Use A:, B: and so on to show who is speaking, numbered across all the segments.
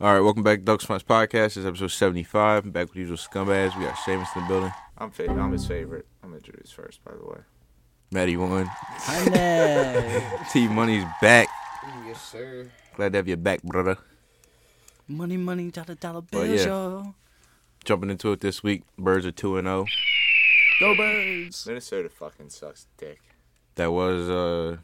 A: All right, welcome back to Doug Smart's podcast. This is episode 75. I'm back with usual scumbags. We got Seamus in the building.
B: I'm fa- I'm his favorite. I'm introduced first, by the way.
A: Maddie one.
C: Honey.
A: T Money's back.
D: Yes, sir.
A: Glad to have you back, brother.
C: money, money, dollar, dollar
A: But
C: bills,
A: yeah.
C: y'all.
A: Jumping into it this week. Birds are 2 and oh. 0.
C: Go birds.
B: Minnesota fucking sucks dick.
A: That was uh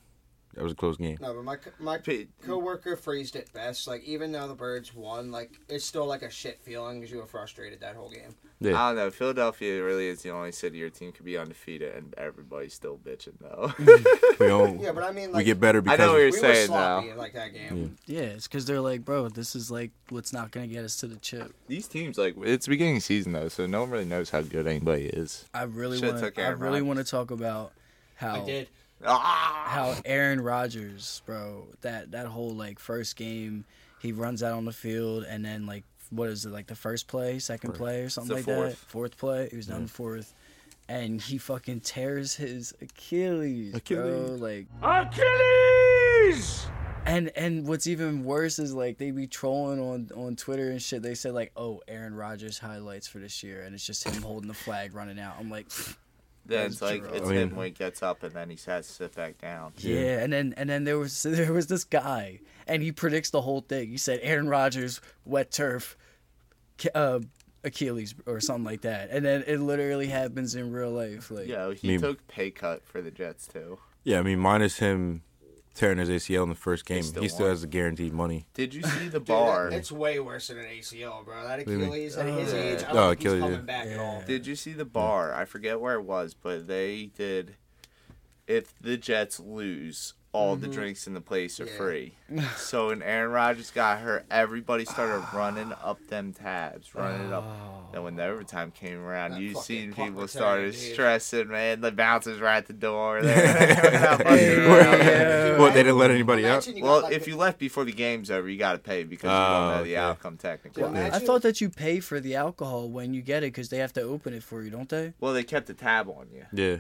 A: that was a close game.
D: No, but my co- my
B: Pete.
D: coworker phrased it best. Like even though the Birds won, like it's still like a shit feeling because you were frustrated that whole game.
A: Yeah.
B: I don't know. Philadelphia really is the only city your team could be undefeated, and everybody's still bitching though.
A: We don't
D: Yeah, but I mean, like
A: we get better
B: I
A: because
B: know what you're
D: we were
B: saying
D: sloppy
B: now.
D: in, like that game.
C: Yeah, it's because they're like, bro, this is like what's not gonna get us to the chip.
B: These teams, like it's beginning of season though, so no one really knows how good anybody is.
C: I really
B: Should've
C: want.
B: took
C: to. I
B: Aaron
C: really
B: Rodgers.
C: want to talk about
D: I
C: how
D: did.
B: Ah!
C: how Aaron Rodgers, bro, that that whole like first game, he runs out on the field and then like what is it like the first play, second play or something
B: the
C: like
B: fourth.
C: that, fourth play, he was down fourth, and he fucking tears his Achilles, bro,
A: Achilles.
C: like Achilles. And and what's even worse is like they be trolling on on Twitter and shit. They said like, oh, Aaron Rodgers highlights for this year, and it's just him holding the flag running out. I'm like.
B: Then it's like
C: That's
B: it's
A: true.
B: him when he gets up, and then he has to sit back down.
C: Yeah. and then and then there was there was this guy, and he predicts the whole thing. He said Aaron Rodgers wet turf, K- uh, Achilles or something like that, and then it literally happens in real life. Like,
B: Yeah, he
A: Meme.
B: took pay cut for the Jets too.
A: Yeah, I mean minus him tearing his ACL in the first game.
B: still
A: he still
B: won.
A: has the guaranteed money.
B: Did you see the
D: Dude,
B: bar?
D: that- it's way worse than an ACL, bro. That
A: do you mean?
D: Achilles at his age, I don't
A: Oh,
D: think
A: Achilles,
D: he's
A: yeah.
D: coming back at all.
B: Did you see the bar? I forget where it was, but they did. If the Jets lose, all the drinks in the place are
D: Yeah.
B: free. so when Aaron Rodgers got hurt, everybody started running up them tabs, running up. And when the overtime came around,
D: That
B: you
D: fucking
B: seen
D: punt
B: people
D: return,
B: started
D: dude.
B: stressing, man. The bouncers right at the door. They're not fucking around.
C: Yeah.
A: what they didn't let anybody out?
D: Imagine you got,
B: Well,
D: like,
B: if
D: the-
B: you left before the game's over, you got to pay because you
A: Oh,
B: don't know the
A: okay.
B: outcome technically.
D: Well,
C: I
D: imagine-
C: thought that you pay for the alcohol when you get it because they have to open it for you, don't they?
B: Well, they kept a tab on you.
A: Yeah.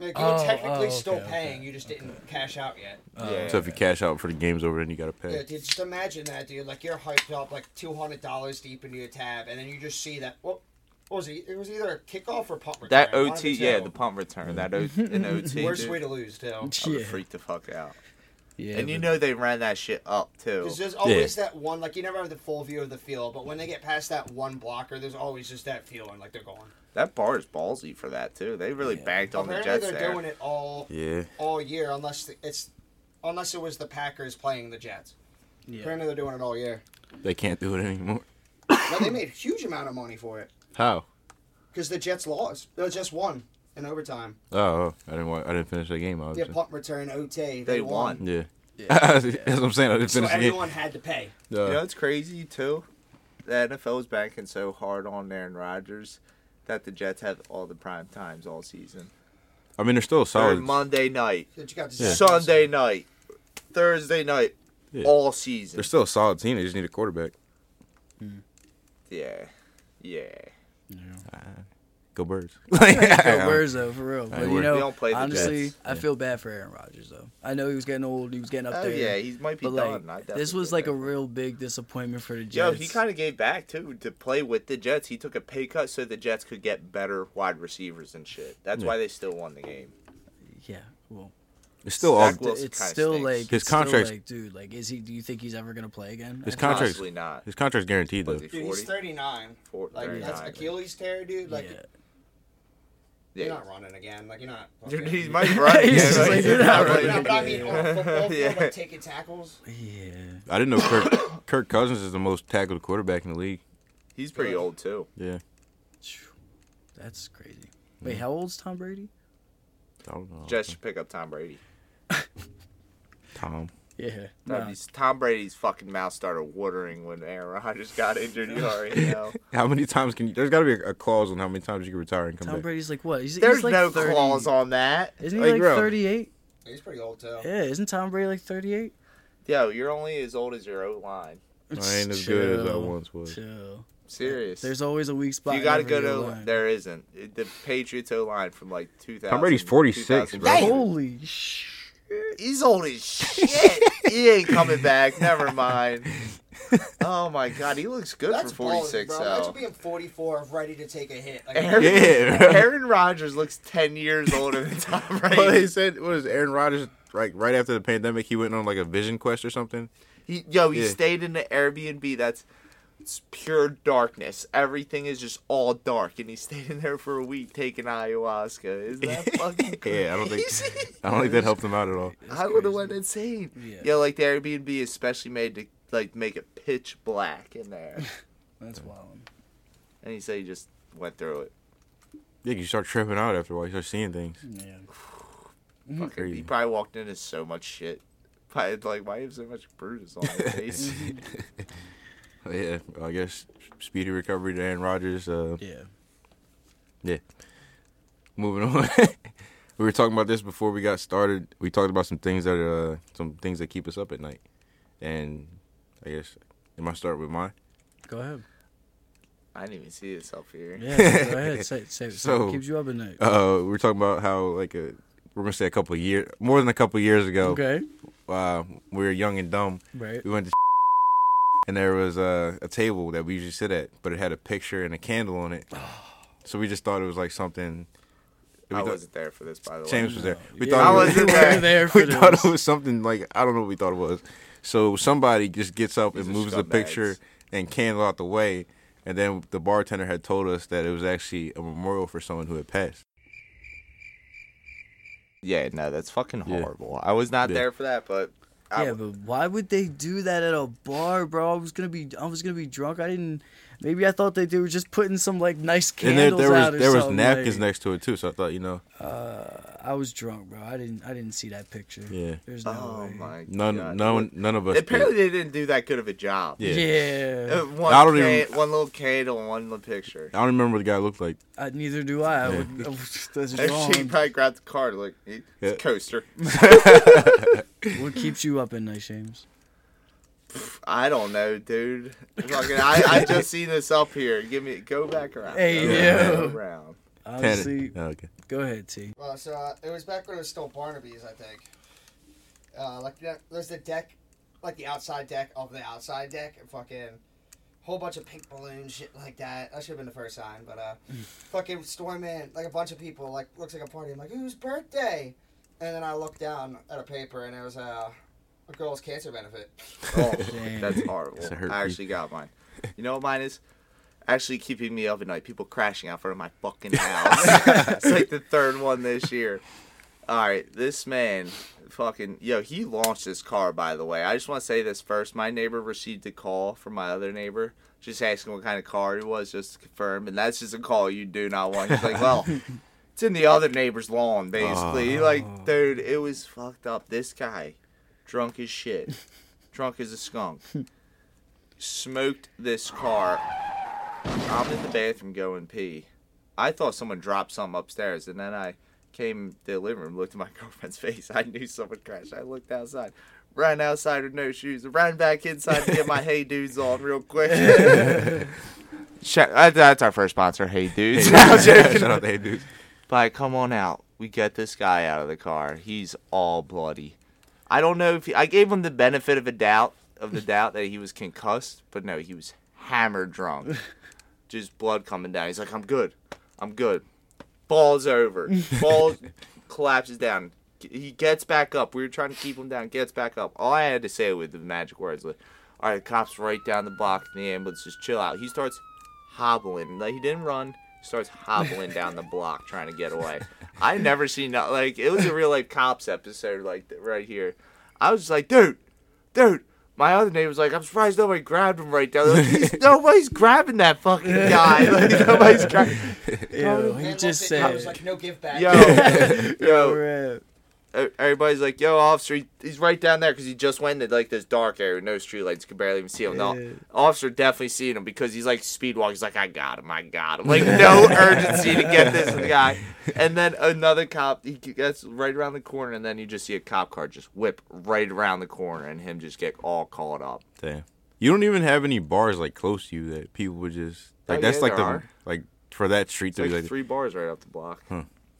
D: like, you're
C: Oh,
D: technically
C: oh,
D: still
C: okay,
D: paying, you just didn't cash out yet.
B: yeah.
A: So if you cash out for the game's over then you gotta
D: Yeah,
A: pay.
D: dude, just imagine that, dude. Like you're hyped up, like two hundred dollars deep into your tab, and then you just see that. What, what was it? It was either a kickoff or punt return.
B: That
D: one of
B: OT,
D: the
B: yeah,
D: two.
B: the punt return, that o- an OT.
D: worst
B: dude.
D: way to lose too.
B: I would
C: Yeah.
B: freak the fuck out.
C: Yeah,
B: And you
C: but-
B: know they ran that shit up too.
D: Because there's always that one, like you never have the full view of the field, but when they get past that one blocker, there's always just that feeling like they're gone.
B: That bar is ballsy for that too. They really banked on the
D: Apparently
B: Jets
D: they're
B: there.
D: doing it all
A: Yeah.
D: all year, unless th- it's unless it was the Packers playing the Jets.
C: yeah.
D: Apparently they're doing it all year.
A: They can't do it anymore.
D: But they made a huge amount of money for it
A: How?
D: because the Jets lost. They just won in overtime.
A: Oh, oh, I didn't want, I didn't finish that game
D: Yeah,
A: obviously.
D: punt return OT. They,
B: They
D: won.
B: won.
A: Yeah.
C: Yeah.
A: That's what I'm saying. I didn't
D: So
A: finish the game.
D: everyone had to pay.
A: Uh,
B: You know it's crazy too. The NFL is banking so hard on Aaron Rodgers that the Jets have all the prime times all season.
A: I mean, they're still a
B: They're
A: solid.
B: Monday night,
D: That you got to
B: Sunday night, Thursday night,
A: Yeah.
B: all season.
A: They're still a solid team. They just need a quarterback.
B: yeah, yeah.
A: Go Birds. Like,
C: Phil Burzo, for real. But you
A: we
C: know,
B: don't play the
C: honestly,
B: Jets.
C: I feel bad for Aaron Rodgers though. I know he was getting old. He was getting up
B: Oh
C: there.
B: yeah, he might be
C: but like,
B: done. I
C: this
B: definitely
C: was like a
B: think.
C: real big disappointment for the Jets.
B: Yo, he kind of gave back too to play with the Jets. He took a pay cut so the Jets could get better wide receivers and shit. That's why they still won the game.
C: yeah. Well,
A: it's still all.
B: Zach Wilson
C: it's
B: kinda
C: still
B: stinks.
C: like
A: His
C: it's still,
A: contract's-
C: like, dude, like, is he? Do you think he's ever gonna play again?
A: His
C: I-
A: con- Contract's-
B: Possibly not.
A: His contract's guaranteed though.
B: Was he
D: Dude, he's
B: 40?
D: 39.
B: Four-
D: Like, that's
B: 39.
D: Achilles tear, dude. Like,
C: yeah.
D: you're
B: Yeah.
D: not running again. Like, you're not.
B: Dude,
D: okay.
B: He's my brother.
C: He's just
B: yeah,
C: like,
B: right?
C: you're not running
D: No, but I mean, on a football field,
B: Yeah.
D: like, taking tackles.
C: yeah.
A: I didn't know Kirk, Kirk Cousins is the most tackled quarterback in the league.
B: He's pretty old too.
A: Yeah.
C: Phew. That's crazy. Wait, how old's Tom Brady?
A: I don't know.
B: Jets should pick up Tom Brady.
A: Tom.
C: Yeah.
B: That'd
C: Nah.
B: be- Tom Brady's fucking mouth started watering when Aaron Rodgers got injured. You already know.
A: How many times can you? There's got to be a, a clause on how many times you can retire and come
C: Tom
A: back.
C: Brady's like what? He's,
B: There's
C: he's like
B: no
C: 30.
B: clause on that.
C: Isn't he
A: Like,
C: like
A: bro.
C: 38?
D: He's pretty old, too.
C: Yeah, isn't Tom Brady like 38?
B: Yo, you're only as old as your O line.
A: I ain't as good as I once was.
C: Chill.
B: Serious.
C: There's always a weak spot.
B: you got to
C: in
B: go
C: every
B: to
C: line.
B: there isn't It- the Patriots O line from like 2000.
A: Tom Brady's 46,
B: 2000.
A: bro.
C: Holy sh!
B: He's old as shit. he ain't coming back. Never mind. Oh my god, he looks good
D: That's
B: for
D: balling,
B: 46
D: bro. That's
B: though.
D: being 44, ready to take a hit. Like,
B: Aaron,
A: Yeah, bro.
B: Aaron Rodgers looks 10 years older than Tom
A: Well, they
B: Brady.
A: said what is Aaron Rodgers like right after the pandemic he went on like a vision quest or something.
B: He, yo, he
A: Yeah.
B: stayed in the Airbnb. That's it's pure darkness. Everything is just all dark, and he stayed in there for a week taking ayahuasca. Is that fucking crazy?
A: Yeah, I don't think I don't think that helped him out at all.
B: I would have went insane.
C: Yeah.
B: Yeah. like the Airbnb is specially made to like make it pitch black in there.
C: That's wild.
B: and he said he just went through it.
A: Yeah, you start tripping out after a while. You start seeing things.
C: Yeah.
B: Fucking,
A: Crazy.
B: he probably walked into so much shit. Probably like why you have so much bruises on my face?
A: Yeah, I guess speedy recovery to Aaron Rodgers. Uh,
C: Yeah.
A: moving on. we were talking about this before we got started. We talked about some things that are uh, some things that keep us up at night, and I guess I might start with mine.
C: Go ahead.
B: I didn't even see this up here.
C: Yeah, go ahead. Say, say, so,
A: So,
C: what keeps you up at night.
A: Uh, we were talking about how like a we're gonna say a couple of years, more than a couple of years ago.
C: okay.
A: Uh, we were young and dumb.
C: Right.
A: We went to and there was uh, a table that we usually sit at, but it had a picture and a candle on it. So we just thought it was like something. we
B: I
A: thought-
B: wasn't there for this by the way.
A: James was there. We
C: Yeah,
A: thought
B: I
A: it was,
B: wasn't
C: we
B: there.
C: were there for
A: we thought
C: this.
A: it was something like I don't know what we thought it was. So somebody just gets up
B: These
A: and
B: are
A: moves the
B: scumbags.
A: picture and candle out the way, and then the bartender had told us that it was actually a memorial for someone who had passed.
B: Yeah, no, that's fucking
A: Yeah.
B: horrible. I was not
A: Yeah.
B: there for that, but I
C: yeah,
B: w-
C: but why would they do that at a bar, bro? I was gonna be, I was gonna be drunk. I didn't. Maybe I thought that they were just putting some like nice
A: And there,
C: candles
A: there
C: out
A: was
C: or
A: there was
C: something,
A: napkins
C: like-
A: next to it too, so I thought you know
C: I was drunk, bro. I didn't, I didn't see that picture.
A: Yeah.
C: There's no
B: oh
C: way.
B: my
A: none
B: god.
A: none none of us. did.
B: Apparently they didn't do that good of a job.
A: Yeah.
C: Yeah.
B: Uh, One,
A: I don't
B: can-
A: even-
B: one little candle and one little picture.
A: I don't remember what the guy looked like.
C: I, neither do I. I
A: Yeah.
C: would, that's
B: And
C: wrong.
B: she probably grabbed the card like it's
A: Yeah.
B: a coaster.
C: What keeps you up at night, James?
B: I don't know, dude. Fucking, I, I just seen this up here. Give me go back around.
C: Hey,
B: Go
A: yo.
B: back around.
A: Tanner-
C: Obviously,
A: Oh, okay.
C: go ahead, T.
D: Well, so uh, it was back when it was still Barnaby's, I think. Uh, like yeah, there's the deck, like the outside deck of the outside deck, and fucking whole bunch of pink balloons, shit like that. That should have been the first sign, but uh, fucking storm in, like a bunch of people, like looks like a party. I'm like, whose birthday? And then I looked down at a paper, and it was uh, a girl's cancer benefit.
B: Oh,
C: Damn.
B: that's horrible.
A: That's a hurt
B: I actually got mine. You know what mine is? Actually keeping me up at night. People crashing out front of my fucking house. it's like the third one this year. All right, this man, fucking yo, he launched his car. By the way, I just want to say this first. My neighbor received a call from my other neighbor, just asking what kind of car it was, just to confirm. And that's just a call you do not want. He's like, well, it's in the other neighbor's lawn, basically. Like, dude, it was fucked up. This guy, drunk as shit, drunk as a skunk, smoked this car. I'm in the bathroom going pee. I thought someone dropped something upstairs, and then I came to the living room, looked at my girlfriend's face. I knew someone crashed. I looked outside, ran outside with no shoes, ran back inside to get my Hey Dudes on real quick.
A: Oh,
B: Shout- uh, that's our first sponsor, Hey Dudes. I'm joking.
A: Shout out to hey dude.
B: But come on out. We get this guy out of the car. He's all bloody. I don't know if he, I gave him the benefit of a doubt of the doubt that he was concussed, but no, he was hammered drunk. Just blood coming down. He's like, "I'm good. I'm good." Falls over. Falls collapses down. He gets back up. We were trying to keep him down. Gets back up. All I had to say with the magic words was, "All right, cops right down the block. The ambulance. Just chill out." He starts hobbling. Like he didn't run. He starts hobbling down the block trying to get away. I never seen that. Like it was a real like cops episode like th- right here. I was just like, dude, dude. My other neighbor was like, I'm surprised nobody grabbed him right there. Like, "He's- nobody's grabbing that fucking guy. Like, nobody's grabbing.
C: Ew, he
D: And
C: just
D: looked at- I
C: said.
D: was like, no give back.
B: Yo, yo,
C: Crap.
B: e- everybody's like, yo, officer, he- he's right down there because he just went into like this dark area, with no streetlights, could barely even see him.
C: Yeah.
B: No, officer definitely seen him because he's like speed walking. He's like, I got him, I got him. Like no urgency to get this guy. And then another cop, he gets right around the corner, and then you just see a cop car just whip right around the corner, and him just get all caught up.
A: Damn. You don't even have any bars like close to you that people would just like.
B: Oh,
A: that's
B: yeah,
A: like the
B: there are.
A: like for that street
B: It's
A: to be
B: like
A: like.
B: three bars right off the block.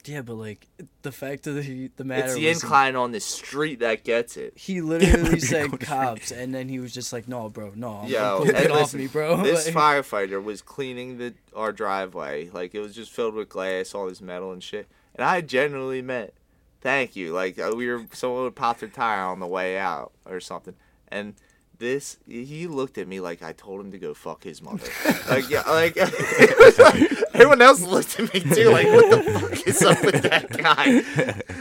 C: Yeah, but like the fact of the the matter
B: it's the
C: was
B: incline on the street that gets it.
C: he
A: Yeah,
C: literally
A: but you're
C: said
A: going-
C: cops, and then he was just like, "No, bro, no, I'm
B: Yo,
C: like, get
B: and
C: off
B: listen,
C: me, bro."
B: This
C: Like,
B: firefighter was cleaning the our driveway. Like it was just filled with glass, all this metal and shit. And I generally meant, "Thank you." Like uh, we were someone would pop their tire on the way out or something. And this, he looked at me like I told him to go fuck his mother. like yeah, like, it was like everyone else looked at me too. Like what the fuck is up with that guy?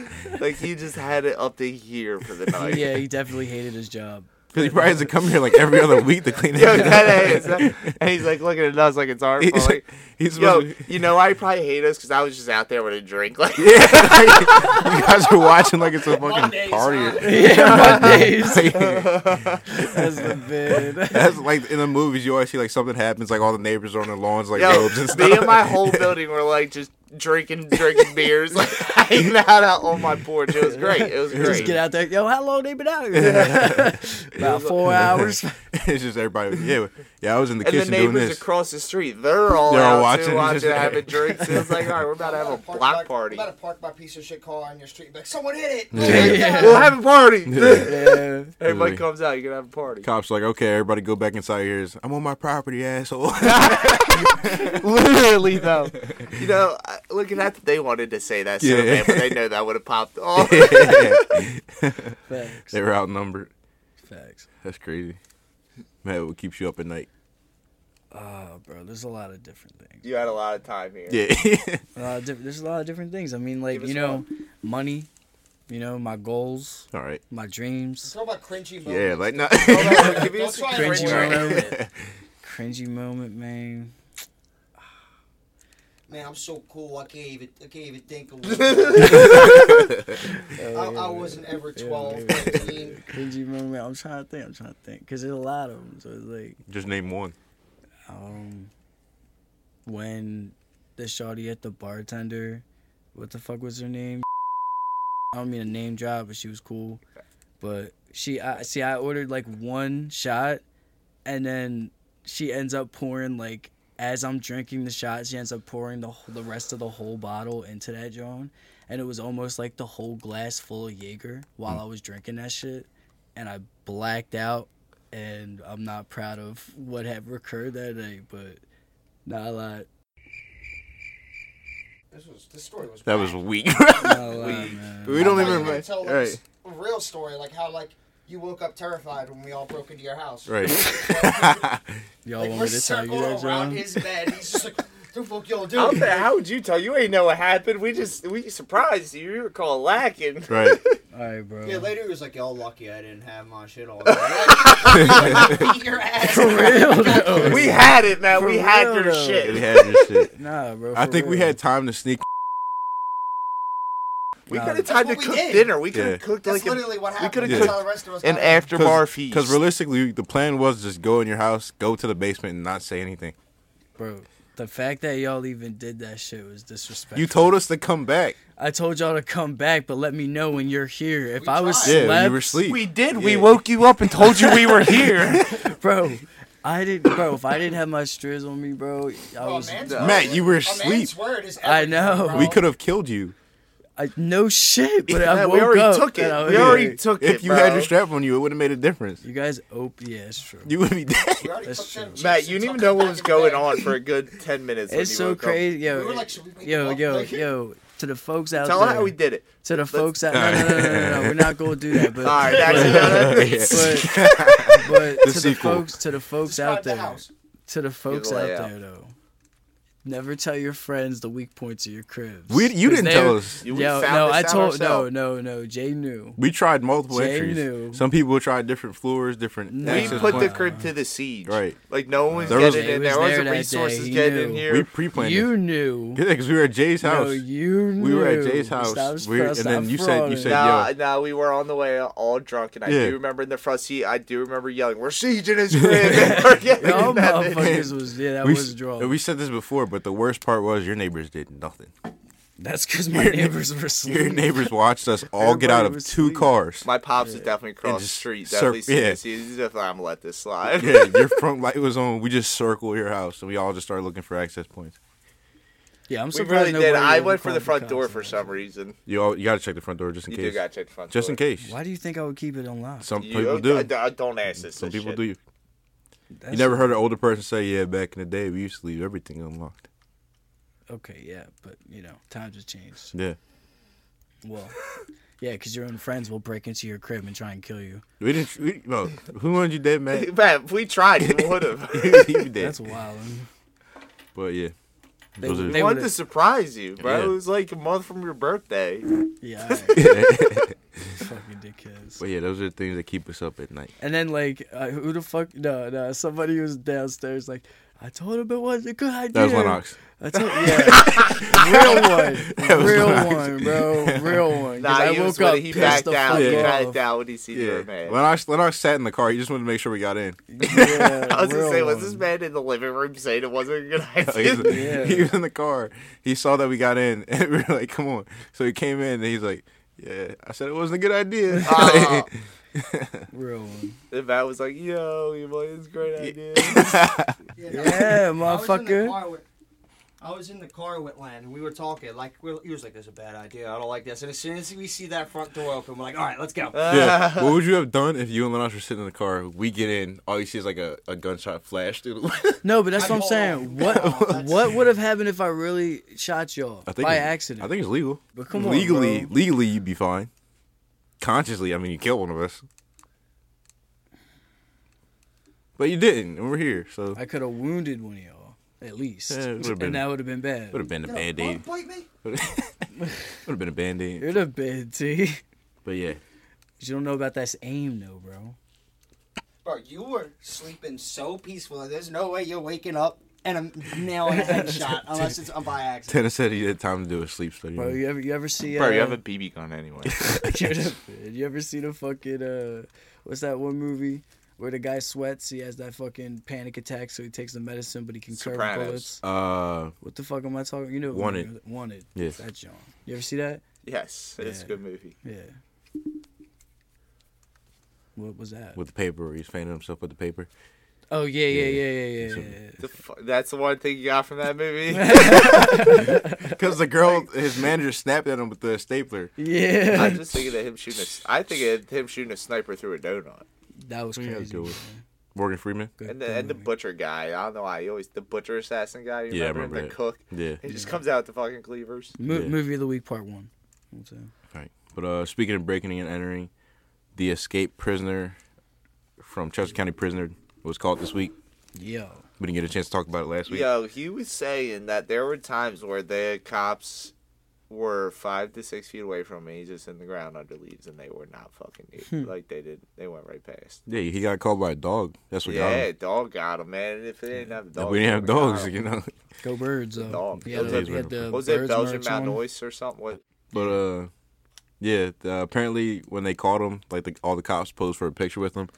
B: Like he just had it up to here for the night.
C: yeah, he definitely hated his job.
A: Because he probably has to come here like every other week to clean
B: Yo,
A: it up.
B: that is. And he's like looking at us like it's our
A: He's,
B: fault. Like,
A: he's
B: Yo,
A: supposed to,
B: you know, I probably hate us because I was just out there with a drink. Like,
A: you guys are watching like it's a fucking
D: Mondays,
A: party.
D: huh?
C: Yeah, Mondays. That's the bid.
A: That's like in the movies you always see like something happens like all the neighbors are on their lawns like
B: yo,
A: robes and stuff.
B: me and my whole building were like just drinking, drinking beers, like hanging out, out on my porch. It was great. It was
A: Just
B: great.
C: Just get out there, yo. How long they been out here? About four hours.
A: it's just everybody. Yeah, yeah. I was in the
B: and the
A: kitchen doing
B: neighbors
A: this.
B: across the street, they're all
A: They're all
B: out
A: watching,
B: too,
A: it's
B: watching,
A: just-
B: having drinks. It's like, all right, we're about to have
D: I'm
B: a
D: about to park
B: block
D: my-
B: party.
D: I'm about to park my piece of shit car on your street. Be Like someone hit it.
C: Yeah.
B: We'll have a party.
C: Yeah.
B: Everybody comes out, you can have a party.
A: Cops like, okay, everybody go back inside your ears. I'm on my property, asshole. Literally though.
B: You know, I- looking at that, they wanted to say that,
A: Yeah.
B: so bad, but they know that would have popped off.
C: Facts.
A: they were outnumbered.
C: Facts.
A: That's crazy. Man, what keeps you up at night?
C: Oh, bro. There's a lot of different things.
B: you had a lot of time here.
A: Yeah.
C: A lot of diff- there's a lot of different things. I mean, like
B: Give us
C: you know, money. You know, my goals,
A: all right.
C: my dreams,
D: Talk about cringy moments.
A: Yeah, like no.
B: Hold on, give me
D: Don't
B: a
D: try
B: cringe
C: cringy
B: moment.
C: moment. cringy moment, man.
D: Man, I'm so cool. I can't even. I can't even think of. One.
C: Oh,
D: I, I wasn't ever 12, 13.
C: Cringy moment. I'm trying to think. I'm trying to think. Cause there's a lot of them. So it's like,
A: Just name one.
C: um, when the shawty at the bartender, what the fuck was her name? I don't mean a name drop, but she was cool. But she, I see, I ordered like one shot, and then she ends up pouring like. As I'm drinking the shot, she ends up pouring the wh- the rest of the whole bottle into that John, and it was almost like the whole glass full of Jaeger while I was drinking that shit, and I blacked out and I'm not proud of what have occurred that day, but not a lot.
D: This was. This story was.
A: That
D: bad.
A: was weak.
C: Not a lot, man.
A: we don't
D: I thought you
A: even
D: were gonna tell
A: remember.
D: like,
A: Right.
D: a real story, like how like you woke up terrified when we all broke into your house.
A: Right.
C: Y'all
D: Like,
C: want
D: we're
C: me to tell you
D: circled
C: that,
D: around
C: John?
D: his bed. He's just like, "The fuck y'all
B: Out
D: doing?"
B: there, how would you tell? You ain't know what happened. We just we surprised you. You were called lacking.
A: right.
C: All right, bro.
D: Yeah, later he was like, "Y'all lucky I didn't have my shit all." Like, beat your ass.
C: For real, though.
B: We had it, man.
C: For
B: we had
C: real,
B: your
C: though.
A: We
B: shit.
A: had your shit.
C: Nah, bro.
A: I
C: for
A: think we
C: real.
A: had time to sneak.
B: We
C: Nah.
B: could have time to
D: That's what
B: cook
D: we did.
B: dinner. We could have
A: Yeah.
B: cooked
D: That's
B: like an,
D: literally what happened.
B: could've
D: That's
A: cooked-
D: how the rest of us
B: an
D: got it.
B: after bar feast.
A: Because realistically, the plan was just go in your house, go to the basement, and not say anything.
C: bro. The fact that y'all even did that shit was disrespectful.
A: You told us to come back.
C: I told y'all to come back, but let me know when you're here. If
D: We
C: I was
D: tried.
A: Yeah,
C: slept,
A: you were asleep.
B: we did. We
A: Yeah.
B: woke you up and told you we were here.
C: bro. I didn't, bro. If I didn't have my striz on me, bro, I
D: Oh,
C: was,
D: man's
B: No.
D: word-
A: Matt, you were
D: a man's
A: asleep.
D: word is
C: I
D: everything,
C: know.
D: bro.
A: We could have killed you
C: I, no shit. But I
B: Yeah,
C: woke
B: we already
C: up
B: took it.
C: and I was
B: We already
C: like-
B: took it.
A: if you had
B: bro.
A: your strap on you. It would have made a difference.
C: You guys, op- yeah, it's true.
A: You would be dead.
D: We already
C: That's
D: cooked them
C: true.
D: chips
B: Matt,
D: and
B: you didn't even
D: tucked
B: know
D: them
B: what
D: back
B: was
D: in the
B: going
D: bag.
B: on for a good ten minutes. when
C: It's
B: you
C: so
B: woke up.
C: crazy, yo,
D: We were like, "Should we wake
C: yo,
D: up?"
C: yo,
D: Like-
C: yo, to the folks out
B: Tell
C: there,
B: how we did it.
C: to the folks out, no, no, no, no, no, no, we're not gonna do that, but,
B: All right, actually, no, no, no.
C: but, but to the
A: sequel.
C: folks, to the folks
D: Describe
C: out
D: the
C: there,
D: house.
C: to the folks out
B: layout.
C: there though, never tell your friends the weak points of your cribs.
A: We, you
C: 'Cause
A: didn't
C: they-
A: tell us.
B: You- we
C: Yo,
B: found
C: no,
B: this
C: I
B: out
C: told, no,
B: ourselves.
C: no, no, Jay knew.
A: We tried multiple
C: Jay
A: entries.
C: knew.
A: Some people tried different floors, different.
C: No.
B: We
A: access
B: put the
A: points.
B: crib to the siege.
A: Right.
B: Like no one's
A: There was-
B: getting in
C: It
B: there.
C: was
B: There wasn't
C: there that
B: resources
C: day, he
B: getting in
C: knew.
B: here.
A: We pre-planned. it.
C: You knew.
A: Yeah, because we were at Jay's house.
C: No, you knew.
A: we were at Jay's house.
C: Stop,
A: We- and
C: stop
A: then you said- you
C: frowning.
A: said,
B: No, nah,
A: yo.
B: nah, we were on the way all drunk, and I
A: Yeah.
B: do remember in the front seat, I do remember yelling, "We're sieging his crib." We're getting
C: Y'all
B: in that bitch.
C: motherfuckers was yeah, that
A: we,
C: was draw.
A: we said this before, but the worst part was your neighbors did nothing.
C: That's because my
A: Your neigh-
C: neighbors were sleeping.
A: Your neighbors watched us all get out
C: Everybody
A: of
C: was
A: two
C: sleeping.
A: cars.
B: My pops is definitely across the
A: just
B: street.
A: surf-
B: Definitely seeing
A: yeah.
B: this. He's definitely I'm gonna let this slide.
A: yeah, your front light was on. We just circled your house, and we all just started looking for access points.
C: Yeah, I'm
B: we really
C: surprised.
B: did.
C: nobody
B: I
C: even
B: went for the
C: called
B: front door
C: cops
B: for
C: on
B: some
C: that.
B: reason.
A: You all, you gotta check the front door just in
B: You
A: case.
B: do got to check the front
A: just
B: door.
A: in case.
C: Why do you think I would keep it unlocked?
A: Some
B: You-
A: people
B: I-
A: do.
B: I- I don't ask this.
A: Some
B: this
A: people
B: shit.
A: do.
C: That's-
A: You never heard an older person say, "Yeah, back in the day, we used to leave everything unlocked."
C: Okay, yeah, but you know, times have changed.
A: Yeah,
C: Well, yeah, because your own friends will break into your crib and try and kill you.
A: we didn't. We, no, who wanted you dead, man?
B: Man, if we tried, we would
A: you
B: have.
A: dead.
C: That's wild.
A: but yeah,
C: They-
A: those are.
C: they-
B: I wanted
C: would've-
B: to surprise you, bro.
A: Yeah.
B: It was like a month from your birthday.
C: Yeah, alright. fucking dickheads.
A: but yeah, those are the things that keep us up at night.
C: And then like, uh, who the fuck? No, no. Somebody was downstairs. Like, I told him it was a good idea.
A: That was Lennox.
C: I told, yeah,
A: was
C: real one, real
A: Lennox.
C: one, bro, real one. 'Cause
B: Nah,
C: I
B: he was
C: woke
B: with
C: up,
B: it. He
C: pissed
B: backed
C: the
B: down.
C: fuck
B: He
C: off.
B: backed down when he seen
A: Yeah,
B: your man.
A: Lennox. Lennox sat in the car. He just wanted to make sure we got in.
C: Yeah,
B: I was gonna
C: real
B: say, was this
C: one.
B: man in the living room saying it wasn't a good
A: He was,
B: idea?
C: Yeah.
A: he was in the car. He saw that we got in, and we were like, "Come on!" So he came in, and he's like, "Yeah." I said it wasn't a good idea.
B: Oh.
C: real one?
B: and Matt was like, "Yo, you boy, it's a great idea."
C: Ah. Yeah,
D: Yeah, I was in the
C: motherfucker.
D: car with, I was in the car with Len, and we were talking. Like, we were, he was like, "This is a bad idea. I don't like this." And as soon as we see that front door open, we're like, "All right, let's go."
B: Uh,
A: yeah. What would you have done if you and Lennox were sitting in the car? We get in, all you see is like a, a gunshot flash through. The window.
C: No, but that's
D: I
C: what I'm
D: told
C: saying.
D: him.
C: What
D: That's-
C: what would have happened if I really shot y'all by
A: it's-
C: accident?
A: I think it's legal.
C: But come on,
A: legally,
C: bro.
A: legally, you'd be fine. Consciously, I mean, you killed one of us, but you didn't, and we're here, so
C: I could have wounded one of y'all at least,
A: Yeah, it would've been-
C: and that would have been bad.
A: would have been a
D: No,
A: band aid.
D: don't bite me.
A: would have been a band aid.
C: It'd have been T. 'Cause
A: But yeah,
C: You don't know about that aim, though, bro.
D: Bro, you were sleeping so peaceful. There's no way you're waking up and I'm nailing a headshot unless it's by accident.
A: Tennis said he had time to do a sleep study.
C: Bro, you ever you ever see?
B: Bro,
C: uh,
B: you have a BB gun anyway.
C: Should have been. You ever see the fucking uh what's that one movie where the guy sweats, he has that fucking panic attack, so he takes the medicine but he can curve
B: Sopranos.
C: bullets.
A: Uh,
C: What the fuck am I talking you know what
A: Wanted.
C: movie- Wanted.
A: Yes.
C: That John. You ever see that?
B: yes, it's
C: Yeah.
B: a good movie.
C: Yeah. What was that?
A: with the paper, where he's fanning himself with the paper.
C: oh yeah, yeah, yeah, yeah, yeah.
A: So-
C: yeah, yeah.
B: The fu- that's the one thing you got from that movie.
A: Because the girl, his manager, snapped at him with the stapler.
C: Yeah.
B: I'm just thinking of him shooting. A, s- I think of him shooting a sniper through a donut.
C: that was
A: We gotta
C: crazy.
A: do it.
C: man.
A: Morgan Freeman.
C: Good-
B: And the
C: good
B: and the
C: movie.
B: butcher guy. I don't know why. He always the butcher assassin guy. You
A: Yeah, I
B: remember,
A: remember
B: the
A: that.
B: cook.
A: Yeah.
B: He just comes out with the fucking cleavers.
C: Mo-
A: Yeah.
C: movie of the week part one. That's it.
A: Right. But uh, speaking of breaking and entering, the escape prisoner from Chester County Prisoner was caught this week.
C: Yo.
A: We didn't get a chance to talk about it last week.
B: Yo, he was saying that there were times where the cops were five to six feet away from me, just in the ground under leaves, and they were not fucking
A: Hmm.
B: near. like they did. They went right past.
A: Yeah, he got called by a dog. That's what got
B: yeah,
A: him.
B: dog got him, man. And if they didn't have dogs,
A: we didn't have
B: they would've got
A: dogs,
B: him.
A: you know.
C: Go birds though.
B: Dog.
C: Yeah,
B: Those
C: the,
A: days
C: he had
A: were-
C: the
A: What
B: What was it
C: birds
B: Belgian
C: march on.
B: Malinois or something? What?
A: But uh, yeah. The, apparently, when they caught him, like the, all the cops posed for a picture with him.